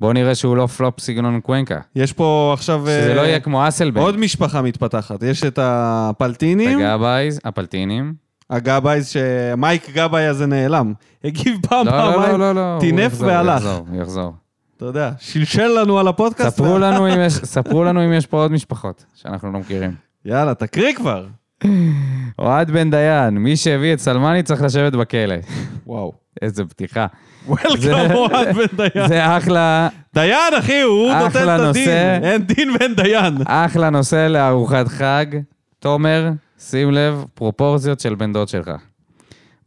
בואו נראה שהוא לא פלופ סגנון קוונקה.
יש פה עכשיו...
שזה
אה,
לא יהיה כמו אסלבנק.
עוד משפחה מתפתחת. יש את הפלטינים,
הגבייז, הפלטינים.
הגבאיז, שמייק גבאי הזה נעלם. הגיב פעם,
לא, לא,
פעמיים,
לא, לא. הוא
טינף
יחזור, הוא
והלך.
יחזור, הוא יחזור.
אתה יודע, שלשל לנו על הפודקאסט.
ספרו לנו אם יש- ספרו לנו אם יש פה עוד משפחות שאנחנו לא מכירים.
יאללה, תקריא כבר.
אוהד בן דיין, מי שהביא את סלמני צריך לשבת בכלא.
וואו.
איזה פתיחה.
וולקאם
זה-
אוהד בן דיין.
זה אחלה,
דיין, אחי, הוא
אחלה
נותן את הדין.
נושא.
אין דין ואין דיין.
אחלה נושא לארוחת חג. תומר, שים לב, פרופורציות של בן דוד שלך.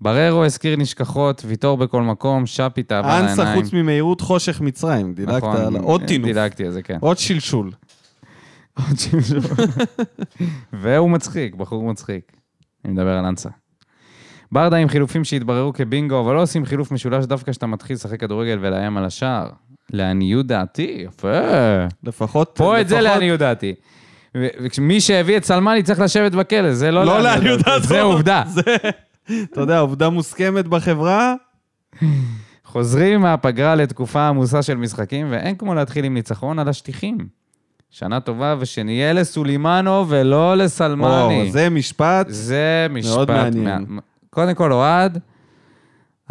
בררו הזכיר נשכחות, ויטור בכל מקום, שפי תאווה לעיניים.
אנסה חוץ ממהירות חושך מצרים. דילגת
נכון,
על עוד טינוף.
דילגתי על זה, כן.
עוד שלשול.
עוד שמשון. והוא מצחיק, בחור מצחיק. אני מדבר על אנסה. ברדה עם חילופים שהתבררו כבינגו, אבל לא עושים חילוף משולש דווקא כשאתה מתחיל לשחק כדורגל ולאיים על השער. לעניות דעתי, יפה.
לפחות...
פה את זה
לפחות-
לעניות דעתי. ו- וכשמי שהביא את סלמני צריך לשבת בכלא, זה לא,
לא לעניות דעתו.
זה עובדה.
זה- אתה יודע, עובדה מוסכמת בחברה.
חוזרים מהפגרה לתקופה עמוסה של משחקים, ואין כמו להתחיל עם ניצחון על השטיחים. שנה טובה, ושנהיה לסולימנו ולא לסלמני.
או, זה משפט.
זה משפט...
מאוד מעניין.
מה- קודם כל, אוהד,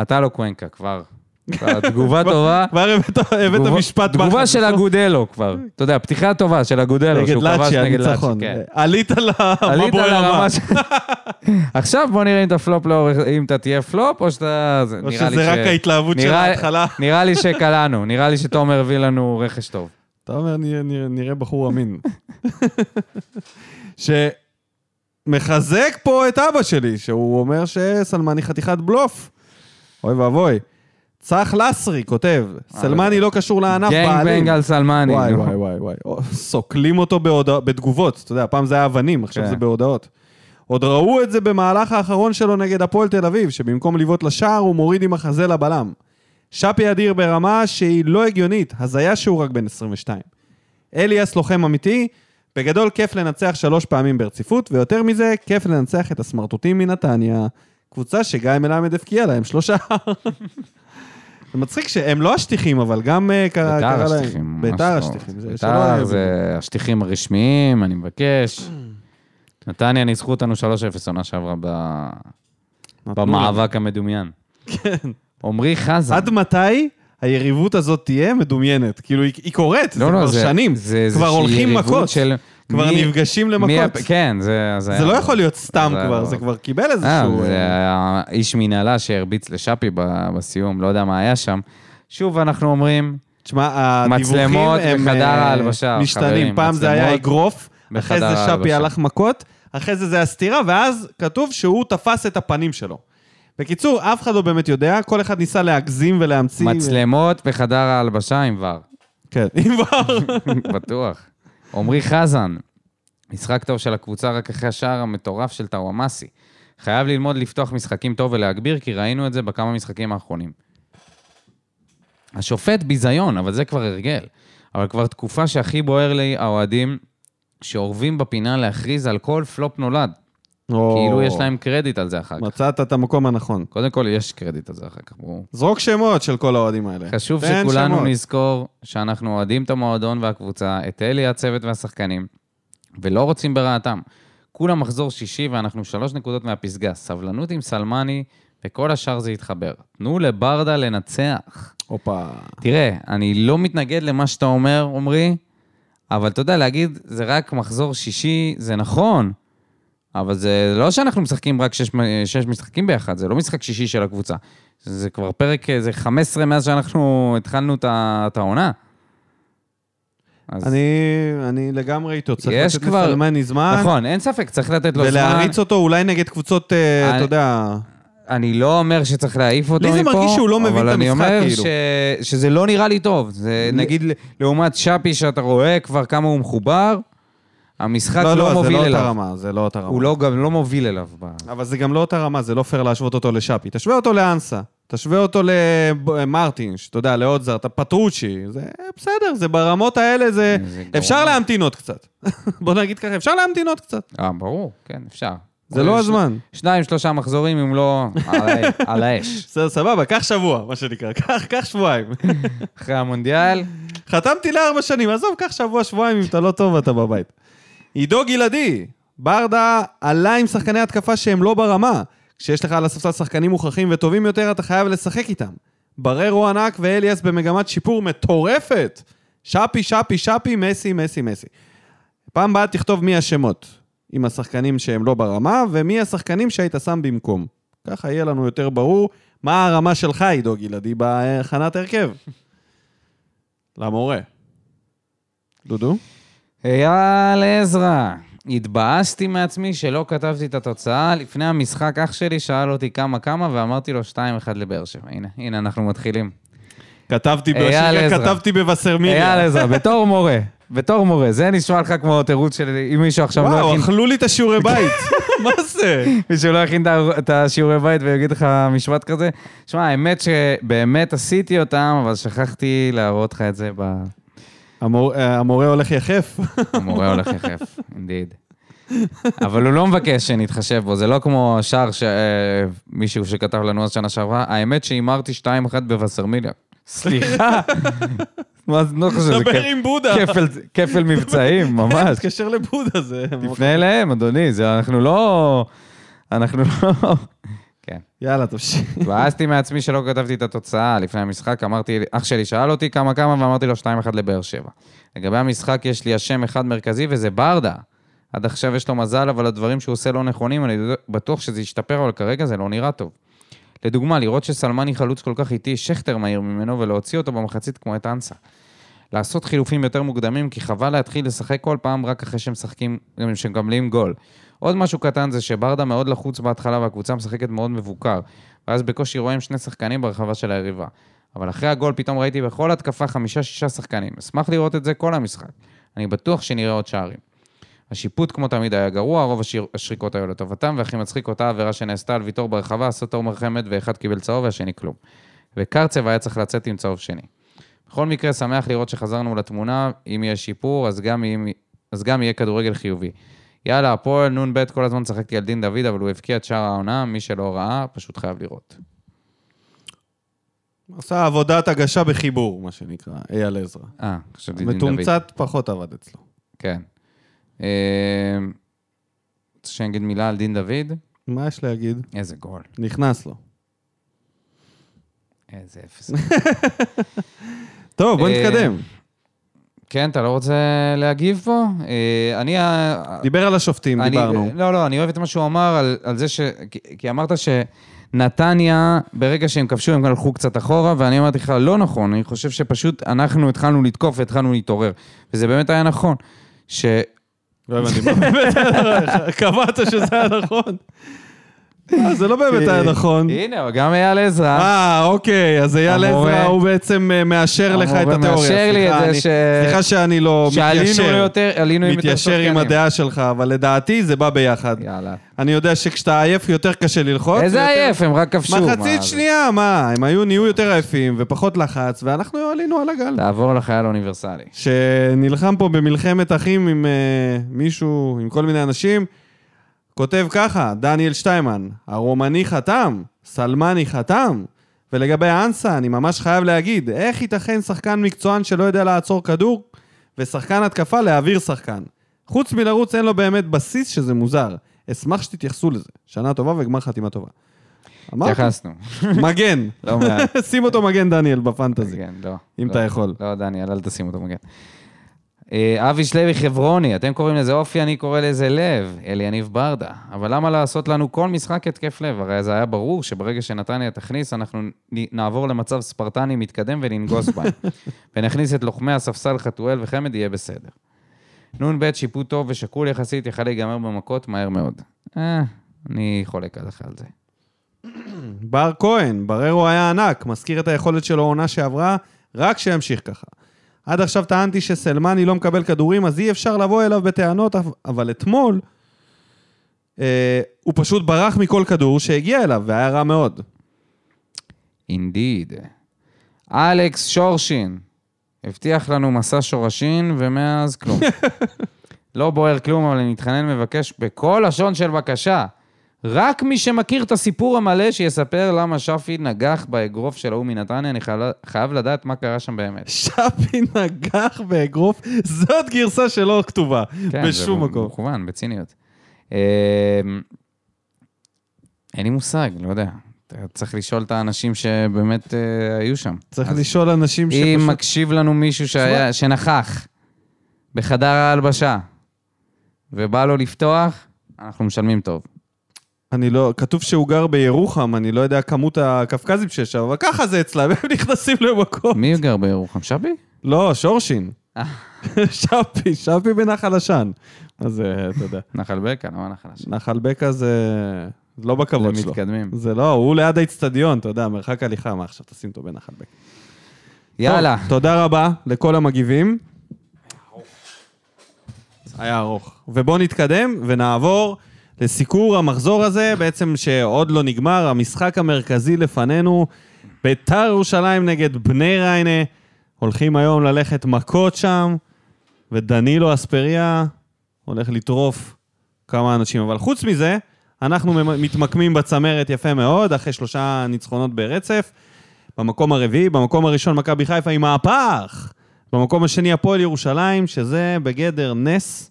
אתה לא קוונקה כבר. כבר תגובה טובה.
כבר הבאת- הבאת
תגובה-
משפט
תגובה
מחץ.
של אגודלו כבר. אתה יודע, פתיחה טובה של אגודלו,
נגד
שהוא כבש
לאצ'י,
נגד לאצ'י.
הניצחון.
כן.
עלית
עלית
למבוי רמה.
לרמה של... עכשיו בוא נראה אם אתה פלופ לא... אם אתה תהיה פלופ, או שאתה... זה-
או
נראה לי
שזה
ש-
רק ההתלהבות של
נראה-
ההתחלה.
נראה לי שקלענו, נראה לי שתומר הביא לנו רכש טוב.
אתה אומר, נראה, נראה, נראה בחור אמין. שמחזק פה את אבא שלי, שהוא אומר שסלמני חתיכת בלוף. אוי ואבוי. צח לסרי כותב, סלמני לא קשור לענף
אה, גנג
בעלים.
בנג על סלמני.
וואי
נו.
וואי וואי וואי. או, סוקלים אותו בהודע... בתגובות, אתה יודע, פעם זה היה אבנים, עכשיו
כן.
זה בהודעות. עוד ראו את זה במהלך האחרון שלו נגד הפועל תל אביב, שבמקום לבעוט לשער הוא מוריד עם החזה לבלם. שפי אדיר ברמה שהיא לא הגיונית, הזיה שהוא רק בן 22. אליאס לוחם אמיתי, בגדול כיף לנצח שלוש פעמים ברציפות, ויותר מזה, כיף לנצח את הסמרטוטים מנתניה, קבוצה שגיא מלמד הבקיע להם שלושה. זה מצחיק שהם לא השטיחים, אבל גם אה, קרה קרה
ביתר
להם...
השטיחים. ממש
ביתר
לא.
השטיחים. זה- שלא
ביתר
היה בדיוק.
זה השטיחים הרשמיים, אני מבקש. נתניה ניצחו אותנו 3-0 עונה שעברה ב-
נתנו
במאבק המדומיין. כן. עמרי
להם.
חזן.
עד מתי היריבות הזאת תהיה מדומיינת? כאילו, היא היא קורית,
לא,
זה כבר שנים. כבר
איזושהי
הולכים
יריבות
מכות.
של
כבר
מי-
נפגשים
מי
למכות.
הפ- כן, זה...
זה לא יכול להיות סתם
זה-
כבר, זה כבר קיבל איזשהו...
אה, זה היה איש מנהלה שהרביץ לשאפי ב- בסיום, לא יודע מה היה שם. שוב אנחנו אומרים,
תשמע, הדיווחים
מצלמות
הם
בחדר
אה,
ההלבשה,
משתנים.
חברים,
פעם זה היה
מצלמות
אגרוף, אחרי זה
בחדר
שפי
ההלבשה.
הלך מכות, אחרי זה זה היה סטירה, ואז כתוב שהוא תפס את הפנים שלו. בקיצור, אף אחד לא באמת יודע, כל אחד ניסה להגזים ולהמציא.
מצלמות בחדר ההלבשה עם ור.
כן, עם ור.
בטוח. עמרי חזן, משחק טוב של הקבוצה רק אחרי השער המטורף של טוואמאסי. חייב ללמוד לפתוח משחקים טוב ולהגביר, כי ראינו את זה בכמה משחקים האחרונים. השופט ביזיון, אבל זה כבר הרגל. אבל כבר תקופה שהכי בוער לי האוהדים שאורבים בפינה להכריז על כל פלופ נולד. כאילו יש להם קרדיט על זה אחר כך.
מצאת את המקום הנכון.
קודם כל, יש קרדיט על זה אחר כך, ברור.
זרוק שמות של כל האוהדים האלה.
חשוב
תן
שכולנו
כן. שמות.
נזכור שאנחנו אוהדים את המועדון והקבוצה, את אלי הצוות והשחקנים, ולא רוצים ברעתם. כולם מחזור שישי ואנחנו שלוש נקודות מהפסגה. סבלנות עם סלמני, וכל השאר זה יתחבר. תנו לברדה לנצח.
הופה.
תראה, אני לא מתנגד למה שאתה אומר, עמרי, אבל אתה יודע, להגיד, זה רק מחזור שישי, זה נכון, אבל זה לא שאנחנו משחקים רק שש, שש משחקים ביחד, זה לא משחק שישי של הקבוצה. זה כבר פרק, זה 15 מאז שאנחנו התחלנו את ה- את העונה. אז
אני- אני לגמרי איתו. צריך
יש
לתת
כבר-
לסלמני זמן,
נכון, אין ספק, צריך לתת לו זמן.
ולהריץ אותו אולי נגד קבוצות, אה,
אני-
אתה יודע...
אני לא אומר שצריך להעיף אותו
לי
מפה,
זה מרגיש שהוא לא מבין את המשחק,
אבל אני אומר
כאילו.
ש... שזה לא נראה לי טוב. זה נגיד ל- לעומת שפי, שאתה רואה כבר כמה הוא מחובר, המשחק לא,
לא, זה
מוביל
לא אותה
אליו.
רמה, זה לא אותה רמה.
הוא לא, גם לא מוביל אליו. ב...
אבל זה גם לא אותה רמה, זה לא פייר להשוות אותו לשאפי. תשווה אותו לאנסה, תשווה אותו למרטינש, אתה יודע, לאודזר, אתה פטרוצ'י. זה בסדר, זה ברמות האלה, זה...
זה
אפשר
גרוע.
להמתין עוד קצת. בוא נגיד ככה, אפשר להמתין עוד קצת.
אה, ברור, כן, אפשר.
זה לא
ש-
הזמן.
שניים, שלושה מחזורים, אם לא על, ה... על האש.
בסדר, סבבה, קח שבוע, מה שנקרא, קח- קח שבועיים.
אחרי המונדיאל,
חתמתי לארבע שנים, עזוב, קח שבוע, שבועיים, אם אתה לא טוב, אתה בבית. עידו גלעדי, ברדה עלה עם שחקני התקפה שהם לא ברמה. כשיש לך על הספסל שחקנים מוכחים וטובים יותר, אתה חייב לשחק איתם. בררו ענק ואליאס במגמת שיפור מטורפת. שפי, שפי, שפי, מסי, מסי, מסי. פעם הבאה תכתוב מי השמות עם השחקנים שהם לא ברמה, ומי השחקנים שהיית שם במקום. ככה יהיה לנו יותר ברור מה הרמה שלך, עידו גלעדי, בהכנת הרכב. למורה. דודו?
אייל עזרא, התבאסתי מעצמי שלא כתבתי את התוצאה. לפני המשחק, אח שלי שאל אותי כמה כמה, ואמרתי לו 2-1 לבאר שבע. הנה, הנה, אנחנו מתחילים.
כתבתי,
אייל
בשיר,
עזרא.
כתבתי בבשרמיליה.
אייל עזרא, בתור מורה, בתור מורה, זה נשמע לך כמו תירוץ של אם מישהו עכשיו לא
וואו,
יכין,
אכלו לי את השיעורי בית. מה זה?
מישהו לא יכין את ה- את השיעורי בית ויגיד לך משפט כזה. שמע, האמת שבאמת עשיתי אותם, אבל שכחתי להראות לך את זה ב...
המור- אה, המורה הולך יחף.
המורה הולך יחף, אינדיד. אבל הוא לא מבקש שנתחשב בו, זה לא כמו שער שמישהו שכתב לנו אז שנה שעברה, האמת שהימרתי 2-1 בווסרמיליה. סליחה, מה זה, לא חושב, שזה
דבר
כיף-
עם בודה.
כפל- כפל מבצעים,
כן,
ממש.
תתקשר לבודה, זה...
תפנה אליהם, אדוני, זה, אנחנו לא... אנחנו לא... כן.
יאללה, תמשיך.
התבאסתי מעצמי שלא כתבתי את התוצאה לפני המשחק, אמרתי, אח שלי שאל אותי כמה כמה, ואמרתי לו 2-1 לבאר שבע. לגבי המשחק, יש לי אשם אחד מרכזי, וזה ברדה. עד עכשיו יש לו מזל, אבל הדברים שהוא עושה לא נכונים, אני בטוח שזה ישתפר, אבל כרגע זה לא נראה טוב. לדוגמה, לראות שסלמני חלוץ כל כך איטי, שכטר מהיר ממנו, ולהוציא אותו במחצית כמו את אנסה. לעשות חילופים יותר מוקדמים, כי חבל להתחיל לשחק כל פעם רק אחרי שמשחקים, שמקבלים גול. עוד משהו קטן זה שברדה מאוד לחוץ בהתחלה והקבוצה משחקת מאוד מבוקר, ואז בקושי רואים שני שחקנים ברחבה של היריבה. אבל אחרי הגול פתאום ראיתי בכל התקפה חמישה-שישה שחקנים. אשמח לראות את זה כל המשחק. אני בטוח שנראה עוד שערים. השיפוט כמו תמיד היה גרוע, רוב השיר- השריקות היו לטובתם, והכי מצחיק אותה העבירה שנעשתה על ויטור ברחבה, עשו תומר חמד ואחד קיבל צהוב והשני כלום. וקרצב היה צריך לצאת עם צהוב שני. בכל מקרה, שמח לראות שחזרנו לתמונה, אם יהיה שיפור, אז גם, אם, אז גם יהיה כדורגל חיובי. יאללה, הפועל נ"ב כל הזמן צחקתי על דין דוד, אבל הוא הבקיע את שער העונה, מי שלא ראה, פשוט חייב לראות.
עשה עבודת הגשה בחיבור, מה שנקרא, אייל עזרא.
אה, חשבתי דין דוד.
מתומצת פחות עבד אצלו.
כן. אה, רוצה שאני אגיד מילה על דין דוד?
מה יש להגיד?
איזה גול.
נכנס לו.
איזה אפס.
טוב, בוא
אה,
נתקדם.
כן, אתה לא רוצה להגיב פה? אה, אני... ה-
דיבר על השופטים,
אני-
דיברנו.
לא, לא, אני אוהב את מה שהוא אמר על, על זה ש... כי, כי אמרת שנתניה, ברגע שהם כבשו, הם הלכו קצת אחורה, ואני אמרתי לך, לא נכון, אני חושב שפשוט אנחנו התחלנו לתקוף והתחלנו להתעורר. וזה באמת היה נכון. ש...
לא הבנתי. קבעת שזה היה נכון. אה, זה לא באמת היה נכון.
הנה, גם אייל עזרא.
אה, אוקיי, אז אייל
המורה-
עזרא הוא בעצם אה, מאשר לך את
המורה
התיאוריה.
מאשר לי את
סליחה,
זה
אני-
ש-
סליחה שאני לא
שעלינו
מתיישר.
יותר, עלינו עם יותר
מתיישר עם
שחקנים.
הדעה שלך, אבל לדעתי זה בא ביחד.
יאללה.
אני יודע שכשאתה עייף יותר קשה ללחוץ.
איזה
ויותר-
עייף, הם רק כבשו. מה
מחצית
זה?
שנייה, מה? הם היו, נהיו יותר עייפים ופחות לחץ, ואנחנו עלינו על הגל.
תעבור לחייל האוניברסלי.
שנלחם פה במלחמת אחים עם uh, מישהו, עם כל מיני אנשים, כותב ככה, דניאל שטיימן, הרומני חתם, סלמני חתם, ולגבי אנסה, אני ממש חייב להגיד, איך ייתכן שחקן מקצוען שלא יודע לעצור כדור, ושחקן התקפה להעביר שחקן? חוץ מלרוץ אין לו באמת בסיס שזה מוזר. אשמח שתתייחסו לזה. שנה טובה וגמר חתימה טובה. אמרתי,
התייחסנו.
מגן.
לא מעט.
שים אותו מגן, דניאל, בפנטזי,
כן, לא.
אם
לא.
אתה יכול.
לא, דניאל, אל תשים אותו מגן. אה, אבי שלוי חברוני, אתם קוראים לזה אופי, אני קורא לזה לב, אליניב ברדה. אבל למה לעשות לנו כל משחק התקף לב? הרי זה היה ברור שברגע שנתניה תכניס, אנחנו נ- נעבור למצב ספרטני מתקדם וננגוס בהם. ונכניס את לוחמי הספסל חתואל וחמד, יהיה בסדר. נ"ב שיפוט טוב ושקול יחסית, יכל להיגמר במכות מהר מאוד. אה, אני חולק עליך על זה.
בר כהן, בררו היה ענק, מזכיר את היכולת שלו עונה שעברה, רק שימשיך ככה. עד עכשיו טענתי שסלמני לא מקבל כדורים, אז אי אפשר לבוא אליו בטענות, אב- אבל אתמול אה, הוא פשוט ברח מכל כדור שהגיע אליו, והיה רע מאוד.
אינדיד. אלכס שורשין הבטיח לנו מסע שורשין, ומאז כלום. לא בוער כלום, אבל אני מתחנן ומבקש בכל לשון של בקשה. רק מי שמכיר את הסיפור המלא, שיספר למה שפי נגח באגרוף של ההוא מנתניה, אני חייב- חייב לדעת מה קרה שם באמת.
שפי נגח באגרוף, זאת גרסה שלא כתובה
כן, זה
בשום מקום.
במכוון, בציניות. אמ, אין לי מושג, לא יודע. אתה צריך לשאול את האנשים שבאמת אה, היו שם.
צריך
אז-
לשאול אנשים
אם
שפשוט...
מקשיב לנו מישהו שהיה, שנכח בחדר ההלבשה ובא לו לפתוח, אנחנו משלמים טוב.
אני לא... כתוב שהוא גר בירוחם, אני לא יודע כמות הקפקזים שיש שם, אבל ככה זה אצלם, הם נכנסים למקום.
מי גר בירוחם? שבי?
לא, שורשין. שפי, שפי בנחל עשן. אז אה, אתה יודע,
נחל בקע, לא למה נחל השם?
נחל בקע זה זה לא בכבוד שלו.
למתקדמים.
זה לא, הוא ליד האיצטדיון, אתה יודע, מרחק הליכה, מה עכשיו תשים אותו בנחל בקע.
יאללה.
טוב, תודה רבה לכל המגיבים. היה ארוך. ובואו נתקדם ונעבור לסיקור המחזור הזה, בעצם שעוד לא נגמר, המשחק המרכזי לפנינו, ביתר ירושלים נגד בני ריינה, הולכים היום ללכת מכות שם, ודנילו אספריה הולך לטרוף כמה אנשים. אבל חוץ מזה, אנחנו ממ- מתמקמים בצמרת יפה מאוד, אחרי שלושה ניצחונות ברצף. במקום הרביעי, במקום הראשון מכבי חיפה עם מהפך. במקום השני הפועל ירושלים, שזה בגדר נס.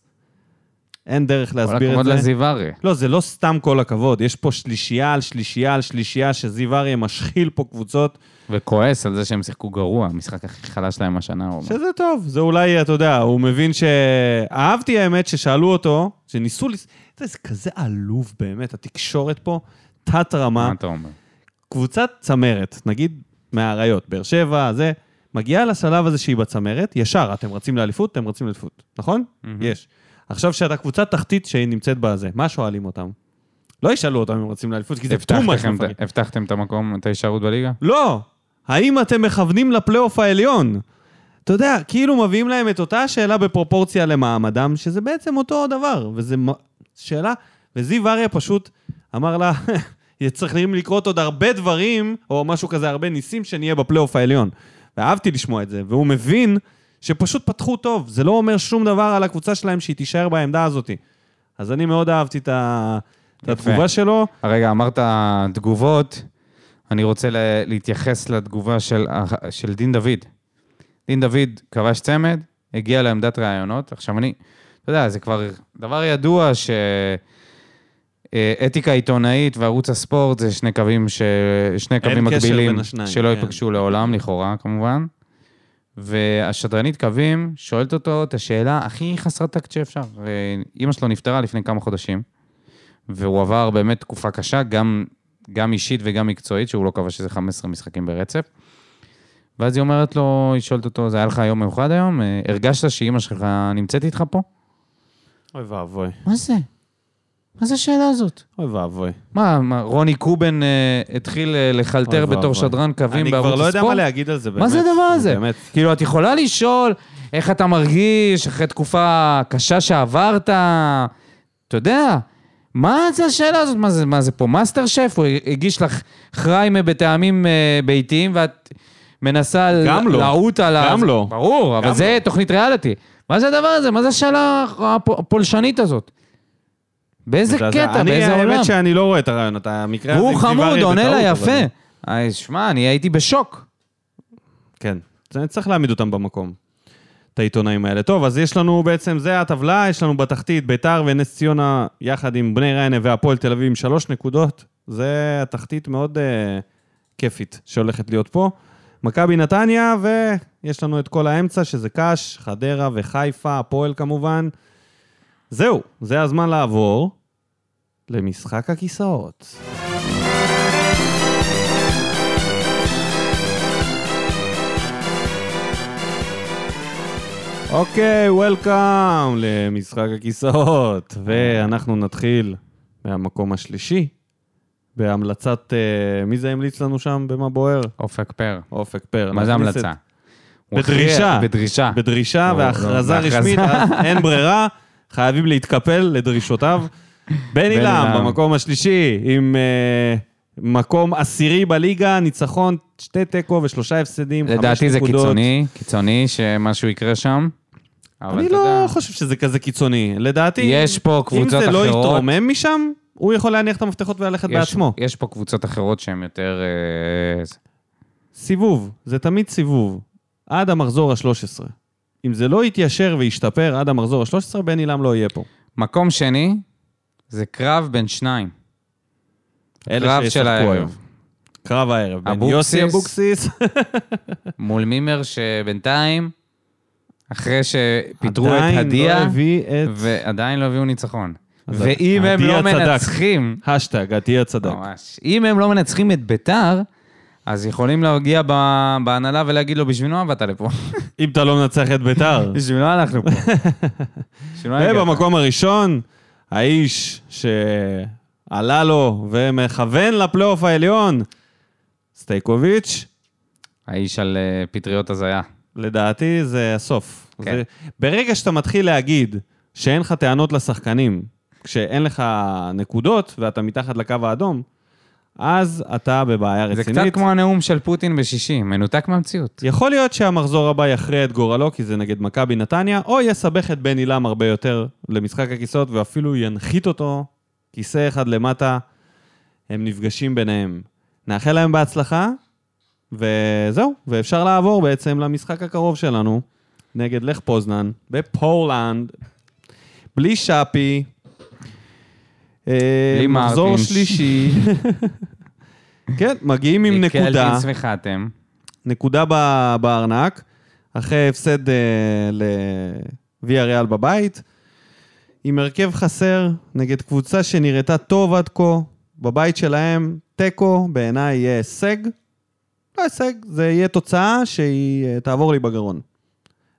אין דרך
כל
להסביר את
הכבוד
זה.
לזיו אריה.
לא, זה לא סתם כל הכבוד, יש פה שלישייה על שלישייה על שלישייה, שזיו אריה משחיל פה קבוצות,
וכועס על זה שהם שיחקו גרוע, המשחק הכי חלש שלהם השנה. הוא אומר.
שזה טוב, זה אולי, אתה יודע, הוא מבין ש... אהבתי האמת ששאלו אותו, שניסו ל... אתה יודע, זה כזה עלוב באמת, התקשורת פה, תת-רמה.
מה אתה אומר?
קבוצת צמרת, נגיד מהאריות, באר שבע, זה, מגיעה לשלב הזה שהיא בצמרת, ישר, אתם רצים לאליפות, אתם רצים לאליפות, נכון? יש. עכשיו, כשאתה קבוצת תחתית שהיא נמצאת בזה, מה שואלים אותם? לא ישאלו אותם אם רצים לאליפות, כי זה too much
הבטחתם-
מפגר.
הבטחתם את המקום, את ההישארות בליגה?
לא! האם אתם מכוונים לפלייאוף העליון? אתה יודע, כאילו מביאים להם את אותה השאלה בפרופורציה למעמדם, שזה בעצם אותו דבר, וזו שאלה... וזיו אריה פשוט אמר לה, צריכים לקרות עוד הרבה דברים, או משהו כזה, הרבה ניסים, שנהיה בפלייאוף העליון. ואהבתי לשמוע את זה, והוא מבין שפשוט פתחו טוב, זה לא אומר שום דבר על הקבוצה שלהם שהיא תישאר בעמדה הזאת. אז אני מאוד אהבתי את ה- את
יפה.
התגובה שלו.
רגע, אמרת תגובות, אני רוצה לה- להתייחס לתגובה של, הח- של דין דוד. דין דוד כבש צמד, הגיע לעמדת ראיונות. עכשיו אני, אתה יודע, זה כבר דבר ידוע ש... אה, אתיקה עיתונאית וערוץ הספורט זה שני קווים, ש... שני קווים
קשר
מקבילים
בין השניים,
שלא
כן.
ייפגשו לעולם, לכאורה, כמובן. והשדרנית קווים שואלת אותו את השאלה הכי חסרת טקט שאפשר. אה, אימא שלו נפטרה לפני כמה חודשים, והוא עבר באמת תקופה קשה, גם, גם אישית וגם מקצועית, שהוא לא כבש איזה 15 משחקים ברצף. ואז היא אומרת לו, היא שואלת אותו, זה היה לך יום מיוחד היום? אה, הרגשת שאימא שלך נמצאת איתך פה?
אוי ואבוי,
מה זה? מה זה השאלה הזאת?
אוי ואבוי.
מה, מה רוני קובן אה, התחיל אה, לחלטר
אוי
בתור
ואבוי.
שדרן קווים
אני
בערוץ הספורט?
כבר לא יודע מה להגיד על זה, באמת.
מה זה הדבר הזה?
באמת.
כאילו, את יכולה לשאול איך אתה מרגיש אחרי תקופה קשה שעברת, אתה יודע, מה זה השאלה הזאת? מה זה, מה זה פה, מאסטר שף? הוא הגיש לך חריימה בטעמים אה, ביתיים, ואת מנסה
גם
ל-
לא.
לעוט על ה...
גם לא.
ברור, אבל
גם
זה תוכנית ריאליטי. מה זה הדבר הזה? מה זה השאלה הפ- הפולשנית הזאת? באיזה
מזעזע.
קטע,
אני,
באיזה עולם?
האמת שאני לא רואה את הרעיון, אתה- המקרה הזה...
והוא
עם דיברי
חמוד, עונה לה
בטעות, אבל-
יפה. אה, שמע, אני הייתי בשוק.
כן, זה- צריך להעמיד אותם במקום, את העיתונאים האלה. טוב, אז יש לנו בעצם, זה הטבלה, יש לנו בתחתית ביתר ונס ציונה יחד עם בני ריינה והפועל תל אביב עם שלוש נקודות. זה התחתית מאוד אה, כיפית שהולכת להיות פה. מכבי נתניה, ויש לנו את כל האמצע, שזה קאש, חדרה וחיפה, הפועל כמובן. זהו, זה הזמן לעבור למשחק הכיסאות. אוקיי, וולקאם למשחק הכיסאות. ואנחנו נתחיל מהמקום השלישי, בהמלצת... אה, מי זה המליץ לנו שם במה בוער?
אופק פר.
אופק פר.
מה זה
להכניס
המלצה?
את-
הוא
בדרישה.
הכריע- בדרישה.
בדרישה
לא,
והכרזה
לא, בהכרזה.
רשמית, אז אין ברירה, חייבים להתקפל לדרישותיו. בן עילם
עילם.
במקום השלישי, עם אה, מקום עשירי בליגה, ניצחון, שתי תיקו ושלושה הפסדים, חמש נקודות.
לדעתי זה קיצוני, קיצוני שמשהו יקרה שם. אבל
אני
אתה
לא
יודע,
חושב שזה כזה קיצוני. לדעתי,
יש פה קבוצות אחרות.
אם זה לא יתרומם משם, הוא יכול להניח את המפתחות וללכת
יש-
בעצמו.
יש פה קבוצות אחרות שהן יותר... אה, זה-
סיבוב, זה תמיד סיבוב, עד המחזור ה-13. אם זה לא יתיישר וישתפר עד המחזור ה-13, בן עילם לא יהיה פה.
מקום שני, זה קרב בין שניים.
אלה
קרב של
שישחקו היום.
הערב.
קרב הערב. בין
אבוקסיס.
יוסי אבוקסיס.
מול מימר שבינתיים, אחרי שפיטרו את
עדיין לא
הדיה,
הביא את...
ועדיין לא הביאו ניצחון.
אז
ואם הם
הדיה
לא
צדק.
מנצחים...
השטג, עטיה צדק.
ממש. אם הם לא מנצחים את ביתר, אז יכולים להגיע ב- בהנהלה ולהגיד לו, בשביל מה באת לפה?
אם אתה לא מנצח את ביתר.
בשביל מה אנחנו פה? בשביל מה הגעת?
ובמקום הראשון, האיש שעלה לו ומכוון לפלייאוף העליון, סטייקוביץ',
האיש על אה, פטריות הזיה.
לדעתי זה הסוף.
כן.
זה, ברגע שאתה מתחיל להגיד שאין לך טענות לשחקנים, כשאין לך נקודות ואתה מתחת לקו האדום, אז אתה בבעיה
זה
רצינית.
קצת כמו הנאום של פוטין בשישי, מנותק מהמציאות.
יכול להיות שהמחזור הבא יכריע את גורלו, כי זה נגד מכבי נתניה, או יסבך את בן עילם הרבה יותר למשחק הכיסאות, ואפילו ינחית אותו כיסא אחד למטה. הם נפגשים ביניהם. נאחל להם בהצלחה, וזהו, ואפשר לעבור בעצם למשחק הקרוב שלנו, נגד לך פוזנן, בפולנד, בלי שפי. אה,
בלי
מחזור
מרטינס.
שלישי. כן, מגיעים עם נקודה.
קלטין שמחה אה, אתם.
נקודה ב- בארנק, אחרי הפסד אה, לוויה ריאל בבית, עם הרכב חסר נגד קבוצה שנראתה טוב עד כה, בבית שלהם, תיקו בעיניי יהיה הישג. לא הישג, זה יהיה תוצאה שהיא אה, תעבור לי בגרון.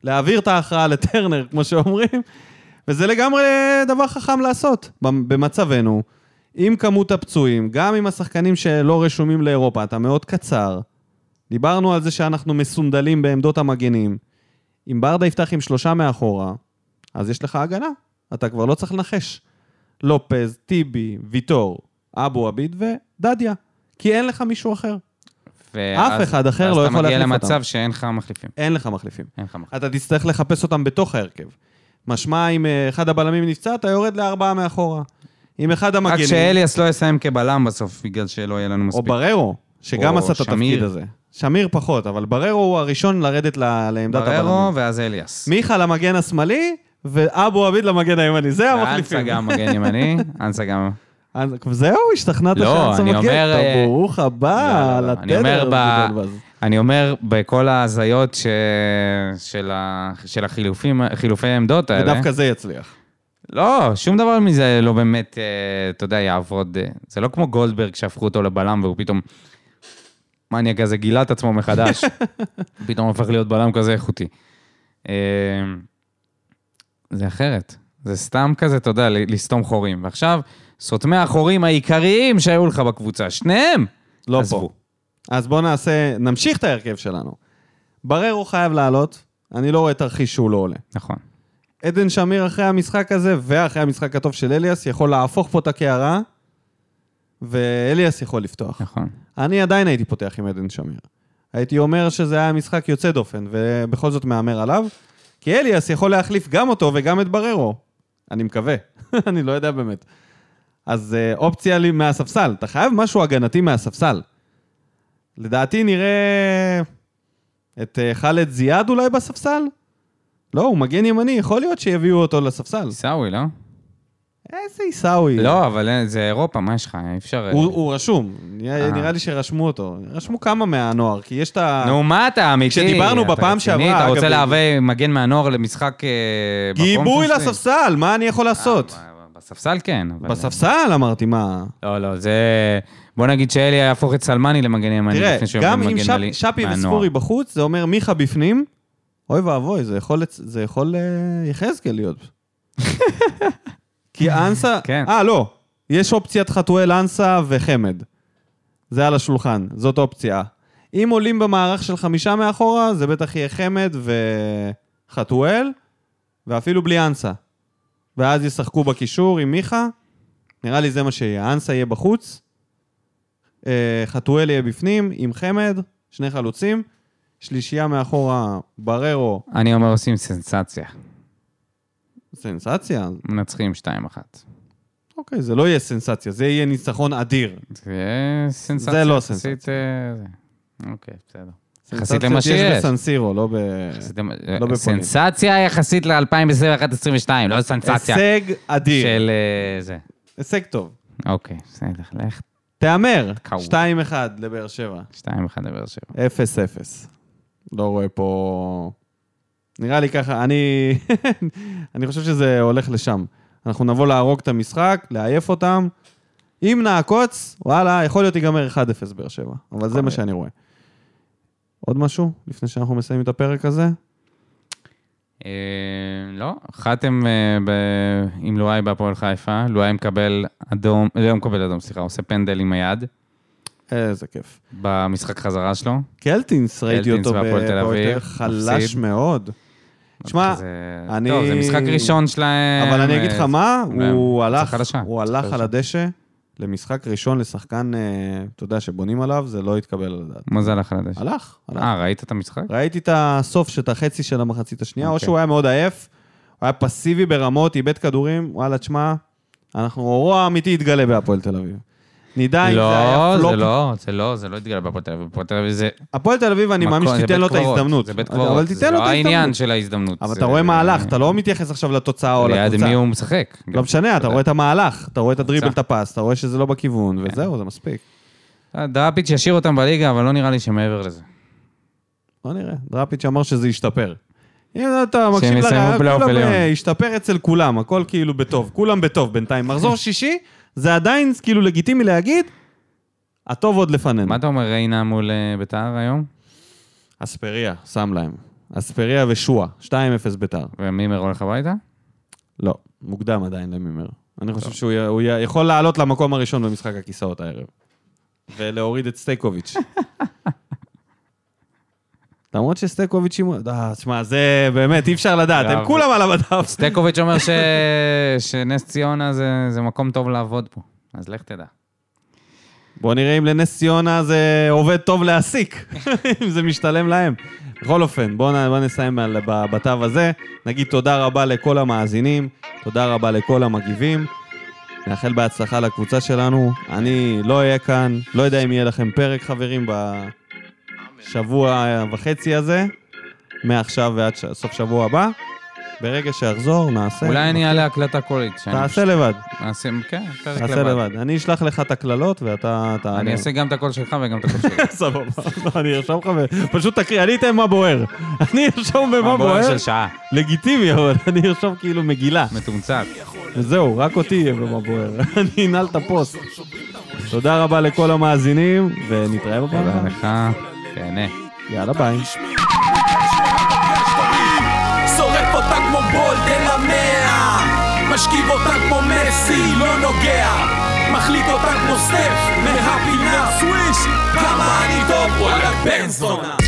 להעביר את ההכרעה לטרנר, כמו שאומרים, וזה לגמרי דבר חכם לעשות במ- במצבנו. עם כמות הפצועים, גם עם השחקנים שלא רשומים לאירופה, אתה מאוד קצר. דיברנו על זה שאנחנו מסונדלים בעמדות המגנים. אם ברדה יפתח עם שלושה מאחורה, אז יש לך הגנה. אתה כבר לא צריך לנחש. לופז, טיבי, ויטור, אבו עביד ודדיה. כי אין לך מישהו אחר.
ואז-
אחד אחר לא יכול
אז אתה מגיע
להחליף
למצב
אותם.
שאין לך מחליפים.
אין לך מחליפים.
אין לך מחליפים.
אתה תצטרך לחפש אותם בתוך ההרכב. משמע, אם אה, אחד הבלמים נפצע, אתה יורד לארבעה מאחורה. אם אחד
רק
המגנים...
שאליאס לא יסיים כבלם בסוף, בגלל שלא יהיה לנו
או
מספיק.
בררו, שגם
או
עשה את התפקיד
שמיר.
הזה. שמיר פחות, אבל בררו הוא הראשון לרדת ל- לעמדת הבלמים.
בררו ואז אליאס.
מיכה למגן השמאלי, ואבו עביד למגן הימני. זה המחליפים.
ואנסה גם מגן ימני, אנסה גם...
אז- זהו, השתכנעת
לא,
שאנסה
אני
מגן?
אומר,
טוב,
אה,
ברוך
לא,
הבא
לא, לא. אני אומר
לתדר.
ב-
גדעון ואז.
אני אומר, בכל ההזיות ש... של, ה... של החילופים, חילופי העמדות האלה...
ודווקא זה יצליח.
לא, שום דבר מזה לא באמת, אה, אתה יודע, יעבוד. אה, זה לא כמו גולדברג שהפכו אותו לבלם והוא פתאום... מניאק כזה גילה את עצמו מחדש. פתאום הפך להיות בלם כזה איכותי. אה, זה אחרת. זה סתם כזה, אתה יודע, ל- לסתום חורים. ועכשיו, סותמי החורים העיקריים שהיו לך בקבוצה, שניהם!
לא
עזבו.
פה. אז בואו נעשה, נמשיך את ההרכב שלנו. ברר הוא חייב לעלות, אני לא רואה תרחיש שהוא לא עולה.
נכון.
עדן שמיר אחרי המשחק הזה, ואחרי המשחק הטוב של אליאס, יכול להפוך פה את הקערה, ואליאס יכול לפתוח.
נכון.
אני עדיין הייתי פותח עם עדן שמיר. הייתי אומר שזה היה משחק יוצא דופן, ובכל זאת מהמר עליו, כי אליאס יכול להחליף גם אותו וגם את בררו. אני מקווה, אני לא יודע באמת. אז אה, אופציה לי מהספסל, אתה חייב משהו הגנתי מהספסל. לדעתי נראה את אה, חאלד זיאד אולי בספסל? לא, הוא מגן ימני, יכול להיות שיביאו אותו לספסל.
עיסאווי, לא?
איזה עיסאווי.
לא, אבל אה, זה אירופה, מה יש לך? אי אפשר... אה,
הוא, הוא רשום,
אה.
נראה נראה לי שרשמו אותו. רשמו כמה מהנוער, כי יש את ה...
נו, מה אתה אמיתי?
כשדיברנו
אתה
בפעם
רציני?
שעברה,
אתה
אגב,
רוצה
ב-
להווה מגן מהנוער למשחק... אה, בפרונט
גיבוי
פרונט?
לספסל, מה אני יכול
אה,
לעשות?
ב- בספסל כן. אבל-
בספסל אמרתי, מה?
לא, לא, זה... בוא נגיד שאלי יהפוך את סלמני למגן ימני
תראה,
לפני שהוא
גם
יעבור
אם
למגן
שפ-
מלי-
שפי
מהנוער.
וספורי בחוץ, זה אומר מיכה בפנים, אוי ואבוי, זה יכול לצ- זה יכול אה, יחזקאל להיות. כי אנסה...
כן.
אה, לא. יש אופציית חתואל אנסה וחמד. זה על השולחן, זאת אופציה. אם עולים במערך של חמישה מאחורה, זה בטח יהיה חמד וחתואל, ואפילו בלי אנסה. ואז ישחקו בקישור עם מיכה. נראה לי זה מה שיהיה. אנסה יהיה בחוץ, אה, חתואל יהיה בפנים, עם חמד, שני חלוצים, שלישייה מאחורה, בררו,
אני אומר, עושים סנסציה.
סנסציה.
מנצחים 2-1.
אוקיי, זה לא יהיה סנסציה, זה יהיה ניצחון אדיר.
זה יהיה סנסציה.
זה לא
יחסית,
סנסציה.
אה, זה. אוקיי, בסדר. יחסית
סנסציות
למה
יש
שיש.
בסנסירו, לא ב...
יחסית למ-
בפולין.
סנסציה יחסית ל-2021-2022, לא סנסציה.
הישג אדיר.
של אה, זה.
הישג טוב.
אוקיי, בסדר, לך
תהמר,
כאוב.
2-1 לבאר שבע,
2-1 לבאר שבע.
0-0. לא רואה פה... נראה לי ככה, אני... אני חושב שזה הולך לשם. אנחנו נבוא להרוג את המשחק, לעייף אותם. אם נעקוץ, וואלה, יכול להיות ייגמר 1-0 באר שבע. אבל
אה.
זה מה שאני רואה. עוד משהו לפני שאנחנו מסיימים את הפרק הזה?
אה, לא, חתם אה, ב- עם לואי בהפועל חיפה, לואי מקבל אדום, לא מקבל אדום, סליחה, עושה פנדל עם היד
איזה כיף.
במשחק חזרה שלו.
קלטינס, ראיתי
קלטינס
אותו
והפועל תל
בהפועל
אביב,
חלש
מפסיד.
מאוד. שמע,
כזה-
אני-
טוב, זה משחק ראשון שלהם.
אבל אני אגיד לך
אה,
מה,
זה-
הוא
זה
הלך,
חלשה.
הוא הלך
חלשה.
על הדשא למשחק ראשון לשחקן, אה, אתה יודע, שבונים עליו, זה לא התקבל על הדעת.
מה זה הלך על הדשא?
הלך, הלך.
אה, ראית את המשחק?
ראיתי את הסוף, שאת החצי של המחצית השנייה, או
אוקיי.
שהוא היה מאוד עייף, הוא היה פסיבי ברמות, איבד כדורים, וואלה, תשמע, אנחנו, רוע אמיתי יתגלה בהפועל תל אביב. נדע אם זה היה
לא,
פלופ.
זה לא, זה לא, זה לא התגלה בהפועל תל אביב. בהפועל תל אביב זה...
הפועל תל אביב, אני
מקום-
מאמין
זה
שתיתן
בית
לו את
קברות,
ההזדמנות.
זה בית
אבל
קברות,
תיתן
זה
לו
לא
את
העניין
ההזדמנות.
של ההזדמנות.
אבל
זה-
אתה רואה מהלך, אתה לא מתייחס עכשיו לתוצאה או לקבוצה.
ליד מי הוא משחק. אה,
לא משנה, אתה רואה את המהלך, אתה רואה את הדריבל,
קבוצה. כן.
את הפס, אתה רואה שזה לא בכיוון, וזהו, זה מספיק.
דראפיץ' ישאיר אותם בליגה, אבל לא נראה לי שמעבר לזה.
בוא נראה. דראפיץ' אמר שזה ישתפר. אם אתה מקשיב
יסיימו
לרעיון,
פלייאוף
כולם
עליון.
אה, השתפר אצל כולם, הכל כאילו בטוב. כולם בטוב בינתיים. מחזור שישי, זה עדיין כאילו לגיטימי להגיד, הטוב עוד לפנינו.
מה אתה אומר, ריינה מול אה, ביתר היום?
אספריה, שם להם. אספריה ושועה, 2-0 ביתר.
ומימר הולך הביתה?
לא, מוקדם עדיין למימר. אני חושב שהוא י- הוא י- יכול לעלות למקום הראשון במשחק הכיסאות הערב. ולהוריד את סטייקוביץ'. למרות שסטייקוביץ', אם הוא- אה, תשמע, זה באמת, אי אפשר לדעת, הם
יאללה.
כולם על המדף.
סטקוביץ' אומר ש... שנס ציונה זה, זה מקום טוב לעבוד פה, אז לך תדע.
בוא נראה אם לנס ציונה זה עובד טוב להעסיק, אם זה משתלם להם. בכל אופן, בואו נ- בוא נסיים על- ב- בתו הזה. נגיד תודה רבה לכל המאזינים, תודה רבה לכל המגיבים. נאחל בהצלחה לקבוצה שלנו. אני לא אהיה כאן, לא יודע אם יהיה לכם פרק, חברים, בשבוע וחצי הזה, מעכשיו ועד ש... סוף שבוע הבא. ברגע שאחזור, נעשה.
אולי אני אעלה הקלטה קולית. שאני-
אוקיי. תעשה לבד,
נעשה, כן, פרק
תעשה
לבד.
לבד. אני אשלח לך את הקללות ואתה... תענה.
אני אעשה גם את הקול שלך וגם את הקול שלי.
סבבה, לא, אני ארשום לך, פשוט תקריא, אני אתן מה בוער. אני ארשום במה
הבוער
בוער.
של שעה.
לגיטימי, אבל אני ארשום כאילו מגילה.
מתומצת.
וזהו, רק אותי יהיה במה בוער. אני אנעל את הפוסט. תודה רבה לכל המאזינים, ונתראה
תודה
בפעם.
לך, כן, אה. תהנה.
יאללה ביי.
שורף אותה כמו בולדן המאה משכיב אותה כמו מסי, לא נוגע מחליט אותה כמו סטף מהפינה סוויש כמה אני טוב, וואלה בן זונה